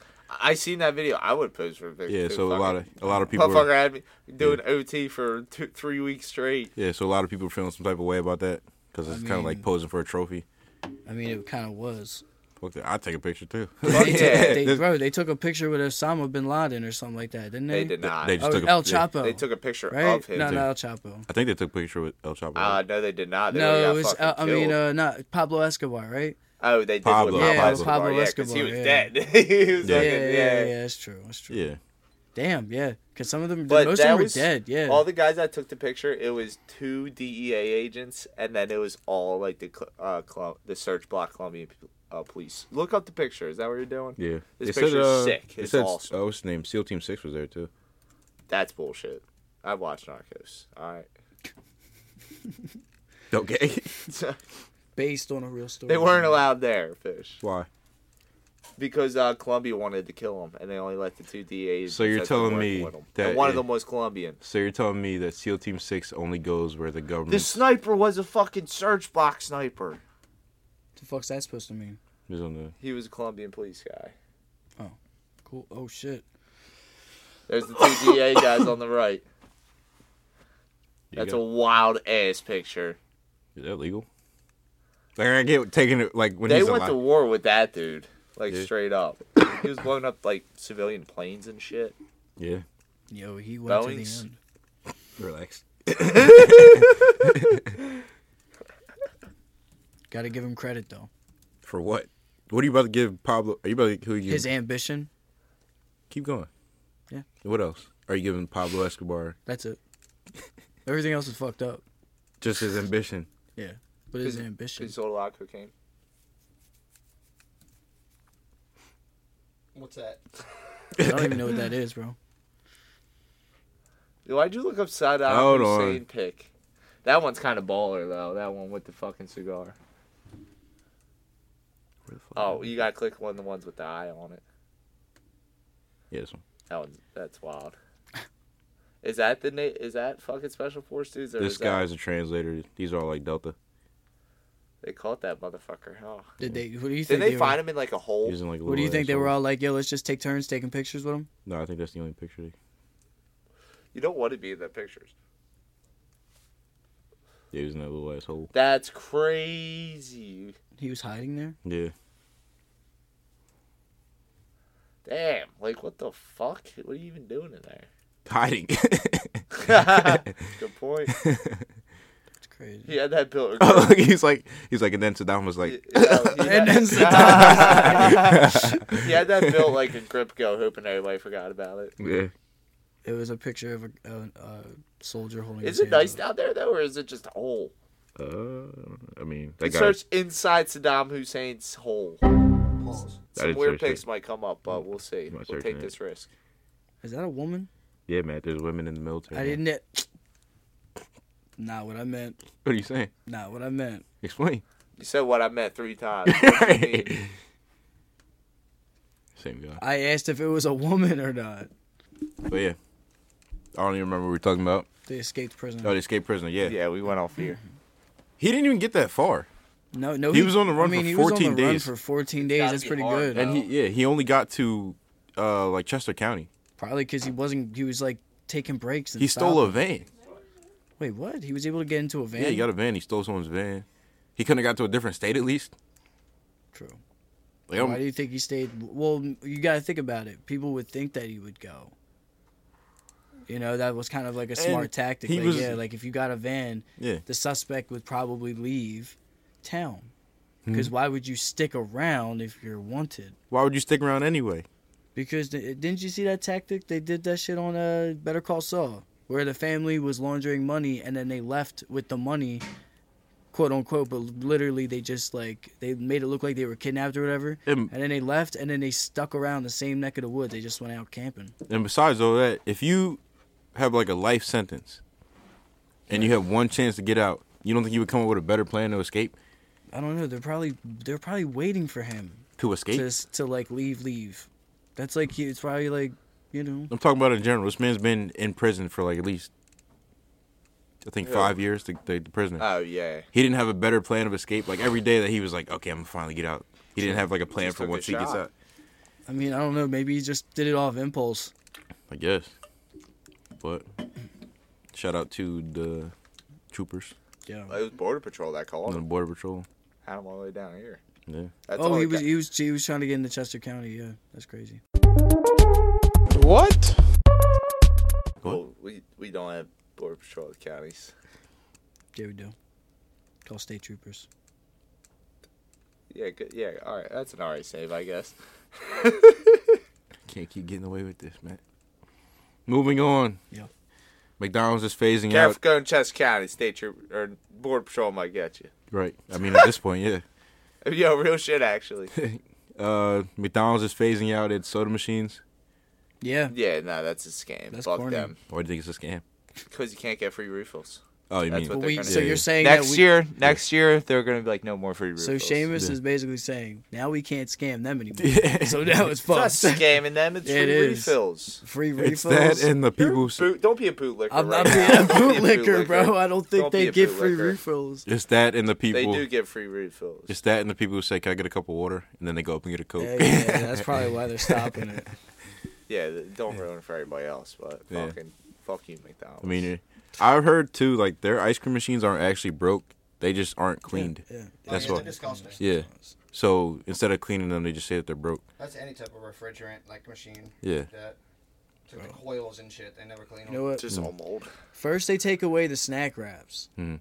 B: I seen that video. I would pose for a picture.
A: Yeah.
B: too,
A: So a
B: fucking-
A: lot of a lot of people.
B: Motherfucker
A: Were,
B: had me doing OT for two, three weeks straight.
A: yeah. So a lot of people were feeling some type of way about that because it's kind of like
C: mean-
A: posing for a trophy.
C: I mean, it kind of was.
A: Fuck that. I'd take a picture too.
C: They,
B: yeah.
C: took- they-
A: This-
C: bro, they took a picture with Osama bin Laden or something like that, didn't they?
B: They did not.
A: They
B: They,
A: just
C: Oh,
A: took a,
C: El
A: yeah.
C: Chapo.
B: took a picture
C: right?
B: of him.
C: No,
A: too.
C: no, El Chapo.
A: I think they took a picture with El Chapo.
B: Uh, no, they did not. They
C: No, it
B: would've
C: was.
B: got
C: Uh, I
B: fucking
C: mean,
B: killed.
C: uh, not Pablo Escobar, right?
B: Oh, they did
A: Pablo.
B: with
A: Yeah,
B: Pablo
A: it
C: was
B: Escobar.
C: Pablo
B: yeah, 'cause he
C: Escobar,
B: was
C: yeah.
B: dead. he was
A: Yeah.
B: fucking,
C: Yeah, yeah, yeah,
B: yeah.
C: yeah, That's true. That's true.
A: yeah.
C: Damn. Yeah. Because some of them,
B: But
C: most of
B: that
C: them were
B: was
C: dead. Yeah.
B: All the guys that took the picture, it was two DEA agents, and then it was all like the cl- uh, cl- the search block Colombian uh, police. Look up the picture. Is that what you're doing?
A: Yeah.
B: This picture's sick.
A: It
B: It's
A: said,
B: awesome.
A: Oh, what's his name? SEAL Team Six was there too.
B: That's bullshit. I've watched Narcos. All right.
A: Okay.
C: based on a real story.
B: They weren't allowed there, fish,
A: Why?
B: because uh, Colombia wanted to kill them, and they only let the two DAs.
A: So you're
B: that
A: telling
B: were
A: me
B: with 'em.
A: that
B: and one of
A: it-
B: them was Colombian.
A: So you're telling me that SEAL Team Six only goes where the government?
B: The sniper was a fucking search block sniper.
C: the fuck's that supposed to mean?
A: is on the.
B: He was a Colombian police guy.
C: Cool. Oh shit.
B: There's the two DA guys on the right.
A: You
B: That's
A: got-
B: a wild ass picture.
A: Is that legal? Like I get taking it like when
B: they
A: he's
B: went
A: alive.
B: to war with that dude, like
A: Yeah.
B: straight up. he was blowing up like civilian planes and shit.
A: Yeah.
C: Yo, he went
B: Boeing's-
C: to
A: Relax.
C: Got to give him credit though.
A: For what? What are you about to give Pablo? Are you about to who you
C: His ambition.
A: keep going?
C: Yeah.
A: What else are you giving Pablo Escobar?
C: That's it. Everything else is fucked up.
A: Just his ambition.
C: Yeah, but his
B: Cause-
C: ambition.
B: He sold a lot of cocaine.
D: What's that?
C: I don't even know what that is, bro.
B: Why'd you look up Saddam
A: Hold on.
B: Hussein pick? That one's kind of baller though. That one with the fucking cigar.
A: Where the fuck?
B: Oh, you gotta click one of the ones with the eye on it.
A: yeah, this one.
B: That one's that's wild. Is that the na- is that fucking special force dudes? Or
A: This
B: is that-
A: guy's a translator. These are all like Delta.
B: they caught that motherfucker. Huh?
C: Did they? What do you
B: Didn't
C: think?
B: they
C: were-
B: find him in like a hole?
A: Using like.
C: What do you think they were all like? Yo, let's just take turns taking pictures with him.
A: No, I think that's the only picture. They...
B: You don't want to be in the pictures.
A: Yeah, using that little asshole.
B: That's crazy.
C: He was hiding there.
A: Yeah.
B: Damn. Like what the fuck? What are you even doing in there?
A: Hiding.
B: Good point.
C: That's crazy.
B: He had that built.
A: oh, look, he's like, he's like, and then Saddam was like,
C: And then
B: he had that built like a grip go hoop, and everybody forgot about it.
A: yeah.
C: It was a picture of a, a, a soldier holding.
B: Is
C: his
B: it
C: hand
B: nice
C: up.
B: down there though, or is it just a hole?
A: Uh, I mean, that
B: Like
A: guy.
B: search inside Saddam Hussein's hole.
D: Pause. Oh,
B: Some
A: did
B: weird
A: search
B: pics might come up, but we'll
A: I'm
B: see.
A: not
B: We'll
A: searching
B: take
A: it.
B: this risk.
C: Is that a woman?
A: Yeah, man. There's women in the military.
C: I
A: man.
C: didn't. Not what I meant.
A: What are you saying?
C: Not what I meant.
A: Explain.
B: You said what I meant three times. What do you mean?
A: Same guy.
C: I asked if it was a woman or not.
A: But yeah, I don't even remember what we were talking about.
C: They escaped prison.
A: Oh, the escaped prisoner. Yeah.
B: yeah, we went off here.
A: He didn't even get that far,
C: No, no.
A: He was on the run
C: I mean,
A: for
C: he was on the
A: 14
C: run
A: days.
C: for 14 days.
B: gotta
C: That's
B: be
C: pretty
B: hard,
C: good.
B: man.
A: and he yeah he only got to uh like Chester County.
C: Probably because he wasn't. He was like taking breaks. And
A: He stole a van.
C: stopping. Wait, what? He was able to get into a van.
A: Yeah, he got a van. He stole someone's van. He couldn't have got to a different state at least.
C: True.
A: Like,
C: Why do
A: I'm-
C: you think he stayed? Well, you got to think about it. People would think that he would go. You know, that was kind of like a smart
A: And
C: tactic.
A: he
C: like,
A: was-
C: yeah, like if you got a van,
A: yeah,
C: the suspect would probably leave town.
A: Hmm.
C: Because why would you stick around if you're wanted?
A: why would you stick around anyway?
C: Because th- didn't you see that tactic? They did that shit on uh, Better Call Saul, where the family was laundering money and then they left with the money, quote unquote. But literally, they just like they made it look like they were kidnapped or whatever,
A: Um,
C: and then they left and then they stuck around the same neck of the woods. They just went out camping.
A: And besides all that, if you have like a life sentence, and you have one chance to get out, you don't think you would come up with a better plan to escape?
C: I don't know. They're probably they're probably waiting for him
A: To escape?
C: to s- to like leave leave. That's like he- it's probably like you know
A: I'm talking about in general. This man's been in prison for like at least, I think,
B: Yeah.
A: five years. The, the, the prisoner.
B: Oh yeah.
A: he didn't have a better plan of escape. Like every day that he was like, okay, I'm gonna finally get out. He didn't have like a plan
B: Just
A: for
B: took
A: once
B: the
A: he gets
B: shot.
A: out.
C: I mean I don't know. Maybe he just did it off impulse.
A: I guess. But shout out to the troopers
C: Yeah.
B: It was border patrol that called
A: on the
B: him.
A: border patrol.
B: Had him all the way down here.
A: Yeah.
B: That's
C: oh,
B: all
C: he
B: I
C: was
B: got.
C: he was he was trying to get into Chester County. Yeah, that's crazy.
E: What?
B: Well, we we don't have border patrol at counties.
C: Yeah, we do. Call state troopers.
B: Yeah, good. Yeah, all right. That's an alright save, I guess.
A: Can't keep getting away with this, man. Moving on.
C: Yeah.
A: McDonald's is phasing
B: Careful
A: out.
B: going Chester County. State troop or border patrol might get you.
A: Right. I mean, at this point, yeah.
B: Yo, real shit, actually.
A: Uh, McDonald's is phasing out its soda machines.
C: Yeah,
B: Yeah, no, that's a scam.
C: That's
B: Fuck
C: corny.
B: them.
A: Why do you think it's a scam?
B: Because you can't get free refills.
A: Oh, you
B: That's
A: mean
B: what
C: but
B: they're
C: we.
B: gonna
C: So
A: do.
C: you're saying
B: next
C: that we,
B: year, next year they're gonna be like no more free refills.
C: So Seamus
A: Yeah.
C: is basically saying now we can't scam them anymore.
A: Yeah.
C: So now it's
B: It's not
C: fucked.
B: scamming them. It's
C: It
B: free
C: is.
B: refills.
C: Free
A: It's
C: refills.
A: that and the
B: You're
A: people.
B: a boot- don't be a bootlicker.
C: I'm
B: right
C: not being
B: now.
C: a
B: Don't be
C: bootlicker, bro. I don't think
B: Don't be
C: they
B: a
C: give free
B: bootlicker.
C: refills.
A: It's that and the people.
B: They do get free refills.
A: It's that and the people who say, "Can I get a cup of water?" and then they go up and get a coke.
C: Yeah, yeah, that's probably why they're stopping it.
B: Yeah, th- don't ruin it for everybody else, but
A: Yeah.
B: fucking fuck you, McDonald's.
A: I mean, I've heard too, like their ice cream machines aren't actually broke; they just aren't cleaned.
C: Yeah,
D: Oh,
A: That's
D: yeah,
A: what-
D: They're disgusting.
A: Yeah. So instead of cleaning them, they just say that they're broke.
D: That's any type of refrigerant, like machine.
A: Yeah.
D: Like that. took the coils and shit. They never cleaned
C: You know
D: them.
C: what?
B: Just all mold.
C: First they take away the snack wraps.
A: Mhm.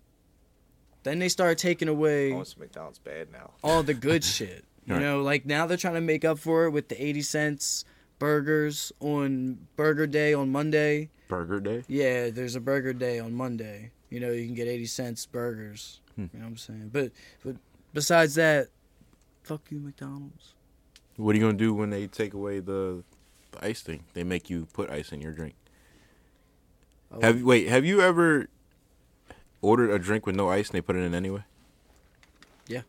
C: Then they start taking away
B: Hmm. Oh, it's McDonald's bad now.
C: all the good shit. You
A: Right.
C: know, like now they're trying to make up for it with the 80 cents burgers on Burger Day on Monday.
A: Burger Day.
C: Yeah, there's a Burger Day on Monday. You know, you can get 80 cents burgers.
A: Hmm.
C: You know what I'm saying? But but besides that, fuck you McDonald's.
A: What are you gonna do when they take away the, the ice thing? They make you put ice in your drink.
C: Oh.
A: Have wait, have you ever ordered a drink with no ice and they put it in anyway?
C: Yeah.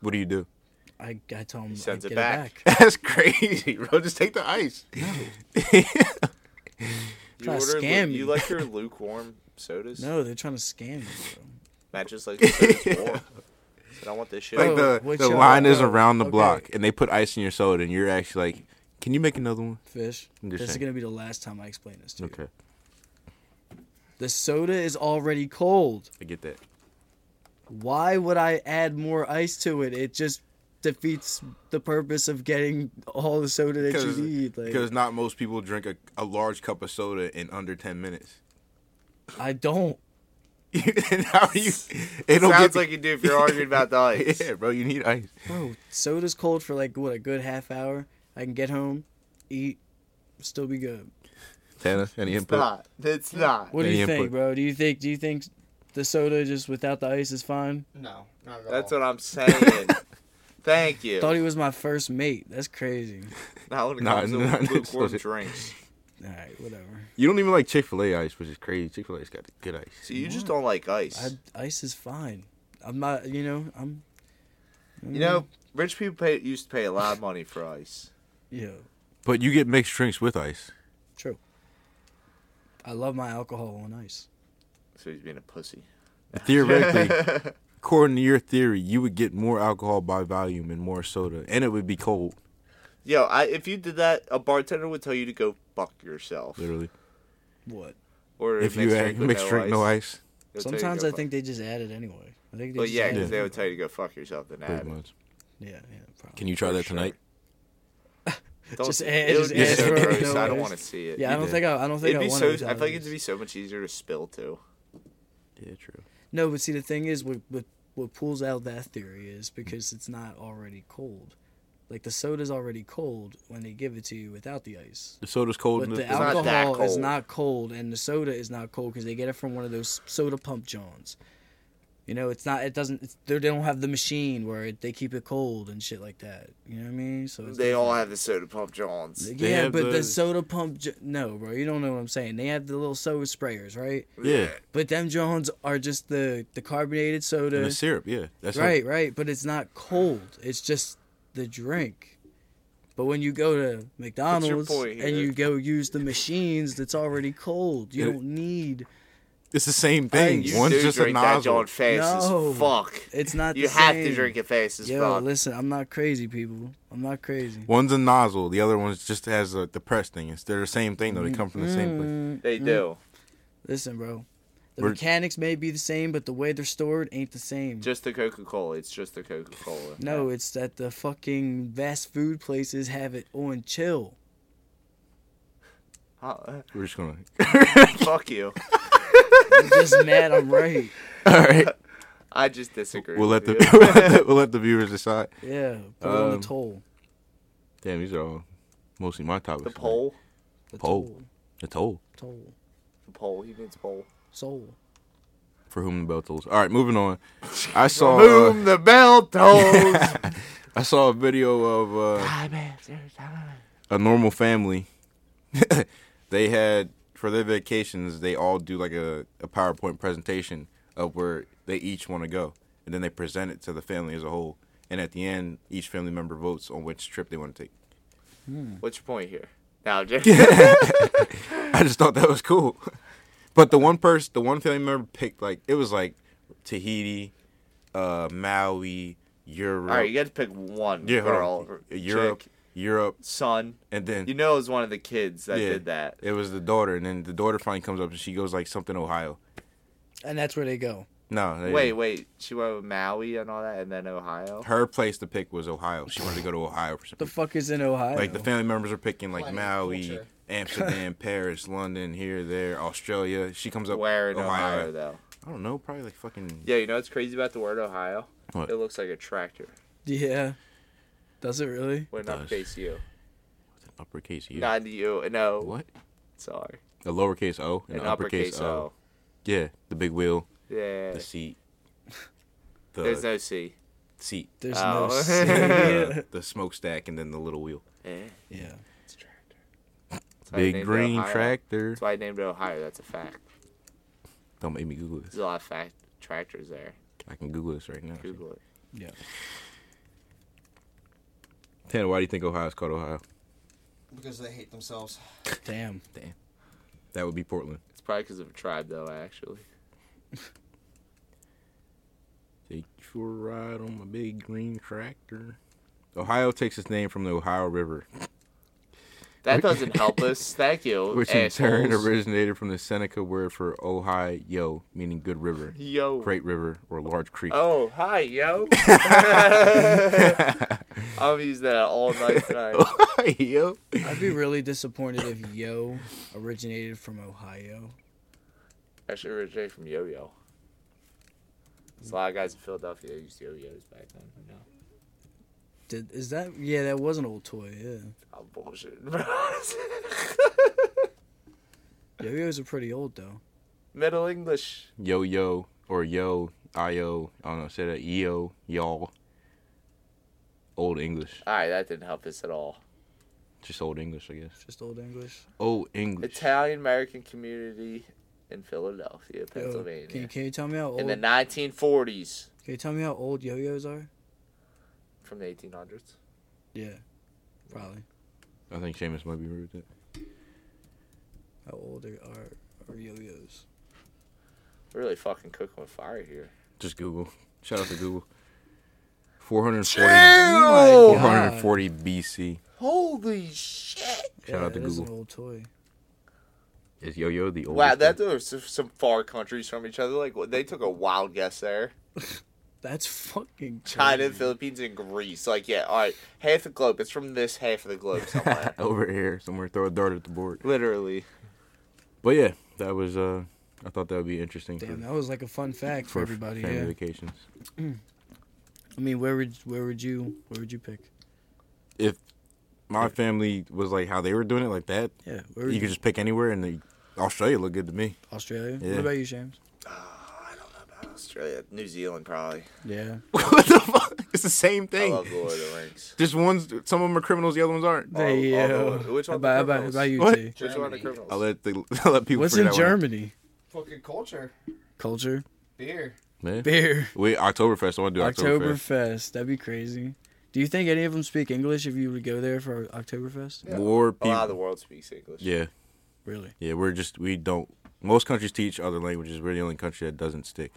A: What do you do?
C: I I tell them
B: sends
C: I
B: it
C: get
B: back.
C: It back.
A: That's crazy, bro. Just take the ice.
B: You
C: Trying to
B: order lu-
C: scam me.
B: You like your lukewarm sodas?
C: No, they're trying to scam me. Bro.
B: Matt just like soda's warm. Said, I want this shit.
A: like
C: Bro,
A: the
C: what
A: the
C: y'all-
A: line is
C: bro,
A: around the
C: okay.
A: block and they put ice in your soda and you're actually like, can you make another one?
C: Fish.
A: I'm
C: This
A: just
C: is
A: saying.
C: gonna be the last time I explain this to you.
A: Okay,
C: The soda is already cold.
A: I get that.
C: Why would I add more ice to it? It just defeats the purpose of getting all the soda that you
A: Because
C: need. Like
A: because not most people drink a, a large cup of soda in under ten minutes.
C: I don't.
A: and how are you? It'll
B: Sounds
A: get
B: like you do if you're arguing about the ice.
A: yeah, bro. You need ice.
C: Bro, soda's cold for like what a good half hour. I can get home, eat, still be good.
A: Tana, any
B: It's
A: input?
B: not. It's not.
C: What do
A: Any
C: you think,
A: input?
C: bro? Do you think do you think the soda just without the ice is fine?
D: No, not at all.
B: That's what I'm saying. Thank you.
C: Thought he was my first mate. That's crazy.
B: Not when it
A: Nah,
B: comes
A: nah,
B: to
A: it's
B: lukewarm
A: legit.
B: drinks.
C: All right, whatever.
A: You don't even like Chick Fil A ice, which is crazy. Chick Fil A's got good ice.
B: So you just don't like
C: I,
B: ice.
C: ice is fine. I'm not, you know, I'm.
B: You know, rich people pay, used to pay a lot of money for ice.
C: Yeah,
A: But you get mixed drinks with ice.
C: true. I love my alcohol on ice.
B: So he's being a pussy.
A: Theoretically, according to your theory, you would get more alcohol by volume and more soda, and it would be cold,
B: Yo, I, if you did that, a bartender would tell you to go fuck yourself.
A: literally.
C: What?
B: Or
A: If you had
B: with
A: mixed drink, no ice,
B: They'll tell you to
C: Sometimes
B: go
C: I
B: fuck-
C: think they just add it anyway. I think they
B: Well,
C: just
B: yeah,
C: add
B: because
C: it.
B: they would tell you to go fuck yourself. Then
A: pretty
B: add it.
A: much.
C: Yeah, yeah, probably.
A: Can you try
B: For
A: that
B: sure.
A: tonight?
B: Don't-
C: Just add-
B: it would
C: just
B: be
A: add
B: so
A: for-
B: gross,
C: no
B: I don't
C: ice.
B: want to see it.
C: yeah, I don't
A: did.
C: think I, I don't think
B: It'd
C: I
B: be
C: want
B: so. I
C: to.
B: feel like it'd be so much easier to spill too.
A: Yeah, true.
C: No, but see, the thing is, what, what what pulls out that theory is because it's not already cold. Like the soda's already cold when they give it to you without the ice.
A: The soda's cold.
C: But
A: and
C: the
A: it's not-
B: not that
C: alcohol is
B: cold.
C: not cold, and the soda is not cold because they get it from one of those soda pump johns. You know, it's not. It doesn't. It's, they don't have the machine where it, they keep it cold and shit like that. You know what I mean? So it's
B: They
C: different.
B: all have the soda pump Johns.
C: Yeah,
A: They have
C: but the
A: those-
C: soda pump. Jo- no, bro, you don't know what I'm saying. They have the little soda sprayers, right?
A: yeah,
C: But them Johns are just the the carbonated soda.
A: and the syrup. Yeah, that's not-
C: Right, right, but it's not cold. It's just the drink. But when you go to McDonald's
B: point
C: and
B: here?
C: you go use the machines, that's already cold. You
A: Yeah.
C: don't need.
A: It's the same thing.
C: Hey,
B: You
A: One's
B: do
A: just a
B: drink that
A: nozzle.
B: John fast
C: No.
B: as fuck.
C: It's not.
B: You
C: the
B: have to
C: same.
B: drink it fast as
C: Yo,
B: fuck.
C: listen, I'm not crazy, people. I'm not crazy.
A: One's a nozzle. The other one's just has a, the press thing. It's they're the same thing though. They come from the same place.
C: Mm,
B: They do.
C: listen, bro. The
A: We're-
C: mechanics may be the same, but the way they're stored ain't the same.
B: Just the Coca Cola. It's just the Coca Cola.
C: no, it's that the fucking fast food places have it on chill.
B: Huh?
A: We're just gonna.
B: fuck you.
C: I'm just mad I'm right.
A: All right.
B: I just disagree.
A: We'll let
B: with
A: the
B: you.
A: we'll let the, we'll let the viewers decide.
C: Yeah, put it on
A: Um,
C: the toll.
A: Damn, these are all mostly my topics.
B: the poll.
C: The
A: Poll.
C: toll.
A: The toll.
C: Toll.
B: The poll. He needs poll.
C: Soul.
A: For whom the bell tolls. All right, moving on. I saw uh,
B: Boom! The bell tolls.
A: I saw a video of uh, a normal family. they had for their vacations. They all do like a, a PowerPoint presentation of where they each want to go, and then they present it to the family as a whole. And at the end, each family member votes on which trip they want to take.
B: What's your point here? Now, just
A: I just thought that was cool. But the one person, the one family member picked like it was like Tahiti, uh, Maui, Europe,
B: all right. You got to pick one
A: yeah, hold
B: girl,
A: on. Europe,
B: chick,
A: Europe,
B: son.
A: and then
B: You know, it was one of the kids that
A: Yeah.
B: did that.
A: it was the daughter, and then the daughter finally comes up and she goes like something Ohio.
C: And that's where they go.
A: No, they
B: Wait,
A: didn't.
B: wait. She went with Maui and all that, and then Ohio.
A: Her place to pick was Ohio. She wanted to go to Ohio for some
C: The fuck is in Ohio?
A: Like the family members are picking like
D: Like,
A: Maui,
D: culture.
A: Amsterdam, Paris, London, here, there, Australia. She comes up
B: Where in Ohio though?
A: I don't know, probably like fucking.
B: Yeah, you know what's crazy about the word Ohio?
A: What?
B: It looks like a tractor.
C: yeah. Does it really?
B: When
A: does.
B: updates you,
A: uppercase U.
B: not you. No,
A: what?
B: sorry,
A: A lowercase O and
B: an
A: an uppercase, o. Yeah, the big wheel,
B: Yeah,
A: the seat, the
B: there's no C.
A: seat,
C: There's
B: Oh.
C: no. yeah.
A: the, the smokestack, and then the little wheel.
B: Yeah,
C: yeah.
B: it's a tractor. Eh? That's why I
A: Big
B: named it
A: green
B: Ohio.
A: tractor.
B: That's why I named it Ohio. That's a fact.
A: Don't make me Google
B: There's
A: this.
B: a lot of fact tractors there.
A: I can Google this right now.
B: Google it.
C: Yeah.
A: Tanner, why do you think Ohio's called Ohio?
D: because they hate themselves.
C: Damn.
A: That would be Portland.
B: It's probably because of a tribe, though. Actually,
A: Take you for a ride on my big green tractor. Ohio takes its name from the Ohio River,
B: that doesn't help us. Thank you,
A: which in turn
B: assholes.
A: originated from the Seneca word for Ohio, meaning good river,
B: Yo.
A: great river, or large creek.
B: Oh, hi, yo. I'll use that all night tonight.
A: Ohio.
C: I'd be really disappointed if Yo originated from Ohio.
B: Actually, originated from Yo Yo. There's a lot of guys in Philadelphia that used Yo Yo's back then. You know?
C: Did is that? Yeah, that was an old toy. Yeah.
B: I'm bullshitting, bro.
C: Yo Yo's are pretty old though.
B: Middle English.
A: Yo yo or yo io. I don't know. Say that yo y'all. Old English,
B: All right, that didn't help us at all.
A: just old English, I guess.
C: Just old English.
A: Old English.
B: Italian American community in Philadelphia,
C: Yo,
B: Pennsylvania.
C: can, you, can you tell me how old?
B: in the 1940s,
C: Can you tell me how old Yo Yo's are?
B: from the 1800s.
C: Yeah. Probably.
A: I think Seamus might be rude. With that.
C: How old are are, are Yo Yo's?
B: We're really fucking cooking with fire here.
A: Just Google. Shout out to Google. 440.
C: Oh my God.
A: 440 BC.
B: Holy shit!
A: Shout out to
C: that is an
A: Google.
C: old toy.
A: Is Yo Yo
C: Oh
A: the oldest?
B: Wow,
A: one?
B: that those are some far countries from each other. Like they took a wild guess there.
C: That's fucking
B: China,
C: crazy.
B: Philippines, and Greece. Like yeah, all right, half the globe. It's from this half of the globe somewhere.
A: over here somewhere. Throw a dart at the board.
B: Literally.
A: But yeah, that was. uh I thought that would be interesting
C: Damn,
A: for,
C: that was like a fun fact for,
A: for
C: everybody.
A: family
C: Yeah.
A: vacations.
C: I mean, where would where would you where would you pick?
A: If my family was like how they were doing it like that,
C: Yeah, where would
A: you could just pick anywhere and they, Australia looked good to me.
C: Australia.
A: Yeah.
C: What about you, James?
B: Ah, I don't know about Australia, New Zealand, probably.
C: Yeah.
A: what the fuck? It's the same thing.
B: I love Lord of the Rings.
A: Just ones. Some of them are criminals. The other ones aren't.
B: All- all the-
C: Yeah.
B: Oh, which one
C: about,
B: of the
C: about,
B: criminals?
C: about you
A: What?
C: T?
B: Which one of the
D: Germany.
B: criminals?
A: I let the I let people.
C: What's
A: figure that one
C: in
A: out.
C: Germany?
D: Fucking culture.
C: Culture,
D: Beer.
A: Man.
C: beer,
A: Wait, Oktoberfest. I want to do Oktoberfest.
C: Oktoberfest. That'd be crazy. Do you think any of them speak English if you would go there for Oktoberfest?
D: Yeah.
A: More
B: A
A: people.
B: lot of the world speaks English.
A: yeah,
C: Really?
A: yeah. We're just we don't. Most countries teach other languages. We're the only country that doesn't stick.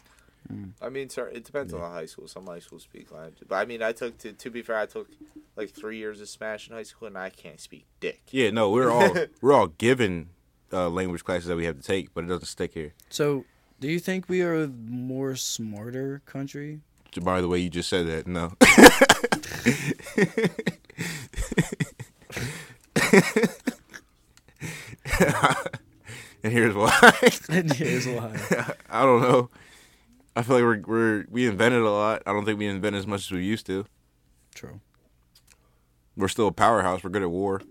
B: I mean, sorry, it depends on the high school. Some high schools speak language, but I mean, I took to to be fair, I took like three years of Smash in high school, and I can't speak dick.
A: Yeah, no. We're all we're all given uh, language classes that we have to take, but it doesn't stick here.
C: So, do you think we are a more smarter country?
A: By the way, you just said that. No. and here's why.
C: And Here's why.
A: I don't know. I feel like we're, we're we invented a lot. I don't think we invent as much as we used to.
C: True.
A: We're still a powerhouse. We're good at war.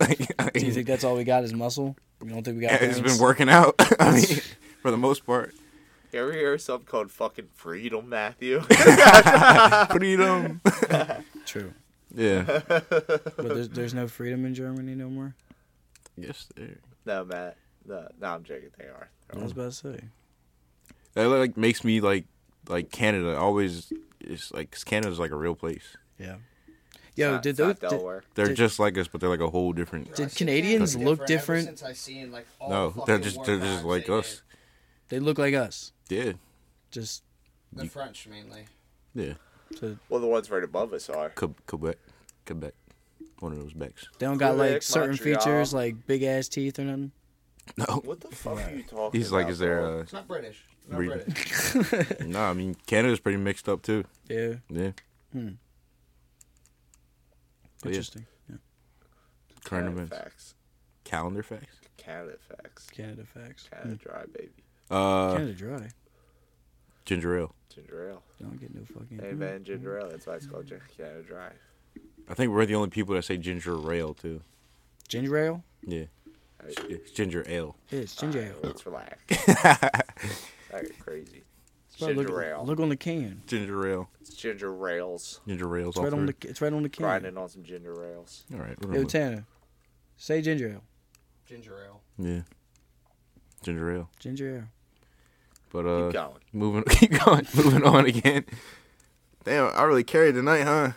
A: Like, I
C: Do you
A: mean,
C: think that's all we got is muscle? You don't think we got?
A: it's
C: parents?
A: been working out. I mean, for the most part.
B: You ever hear something called fucking freedom, Matthew?
A: Freedom.
C: True.
A: yeah.
C: But there's, there's no freedom in Germany no more.
A: Yes, there.
B: no, Matt. No, no, I'm joking. They are.
C: I was about to say.
A: That like makes me like like Canada. Always is like 'cause Canada's like a real place.
C: Yeah.
B: It's
C: Yo,
B: not-
C: did
B: it's not
C: those did,
B: Delaware.
A: They're
C: Did-
A: just like us, but they're like a whole different.
C: Did
D: I've seen
C: Canadians
D: Canada
C: look different?
D: Ever since I seen like all
A: No,
D: the
A: they're
D: fucking
A: just
D: war
A: they're just
D: crimes
A: like
D: they
A: us.
C: they look like us?
A: Yeah.
C: Just
D: did. The French mainly.
A: Yeah.
C: to,
B: Well, the ones right above us are.
A: Que- Quebec. Quebec. One of those backs.
C: they don't got like
B: Quebec,
C: certain
B: Montreal.
C: features like big ass teeth or nothing.
A: No.
B: What the fuck are you talking
A: He's like,
B: about,
A: is there
B: dog?
A: a.
D: It's not British. Not
A: Breed.
D: British.
A: No, I mean, Canada's pretty mixed up, too.
B: Oh,
C: Yeah.
A: Yeah. But yeah,
C: Interesting.
A: current
B: Canada
A: events.
B: facts.
A: Calendar facts.
B: Canada facts.
C: Canada facts. Hmm.
B: Canada dry, baby.
A: Uh,
C: Canada dry.
A: ginger ale.
B: Ginger ale.
C: Don't get no fucking.
B: Hey man, ginger ale. That's why it's called gin- Canada dry.
A: I think we're the only people that say ginger ale, too.
C: Ginger ale?
A: Yeah.
B: Hey,
A: It's ginger ale.
C: It is ginger
B: alright,
C: ale.
B: Let's relax. Alright, crazy. It's
C: Bro, look,
B: ginger ale.
C: look on the can.
A: Ginger ale.
B: It's ginger rails.
A: Ginger ale's
C: It's right
A: all
C: on the.
A: through.
C: It's right on the can.
B: Grinding on some ginger rails.
A: All right. We're
C: Yo,
A: gonna
C: Tanner, say ginger ale.
D: Ginger ale.
A: yeah. Ginger ale.
C: Ginger ale.
A: But
B: Keep
A: uh,
B: going.
A: moving, keep going, moving on again. Damn, I really carried tonight, huh?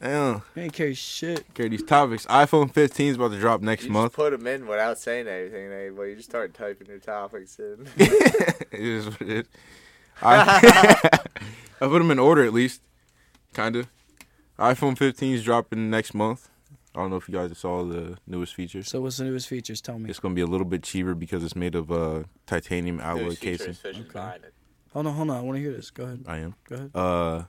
A: Damn,
C: You ain't carry shit.
A: carry these topics. iPhone 15 is about to drop next
B: You
A: month.
B: just put them in without saying anything, to anybody. You just start typing your topics in.
A: it is what it is. I, I put them in order at least, kinda. iPhone 15 is dropping next month. I don't know if you guys saw the newest features.
C: So what's the newest features? Tell me.
A: It's gonna be a little bit cheaper because it's made of uh, titanium alloy
B: Those features
A: casing.
B: Fish is
C: Okay.
B: grinding.
C: Hold on, hold on. I want to hear this. Go ahead.
A: I am.
C: Go ahead.
A: Uh,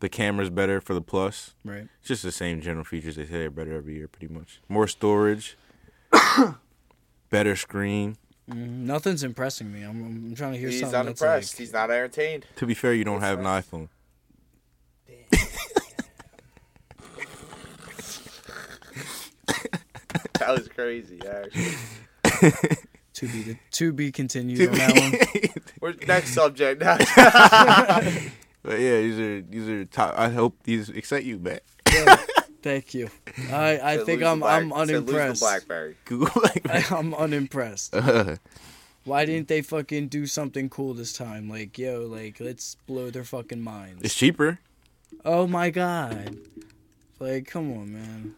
A: the camera's better for the plus.
C: Right.
A: It's just the same general features they say are better every year, pretty much. More storage, better screen.
C: Mm, nothing's impressing me. I'm, I'm trying to hear
B: He's
C: something. that's
B: unimpressed.
C: like-
B: He's not entertained.
A: To be fair, you don't have an iPhone.
B: That was crazy, actually.
C: to be to be continued on that one.
B: We're, next subject. Now.
A: But yeah, these are these are top. I hope these excite you, man.
C: Thank you. I I
B: Said
C: think
B: lose the
C: I'm
B: black- Uh-huh. said lose
C: I'm
B: the
C: unimpressed.
B: Blackberry.
A: Google
C: I,
A: like
C: I'm unimpressed.
A: uh,
C: Why didn't they fucking do something cool this time? Like yo, like let's blow their fucking minds.
A: it's cheaper.
C: Oh my god. Like come on, man.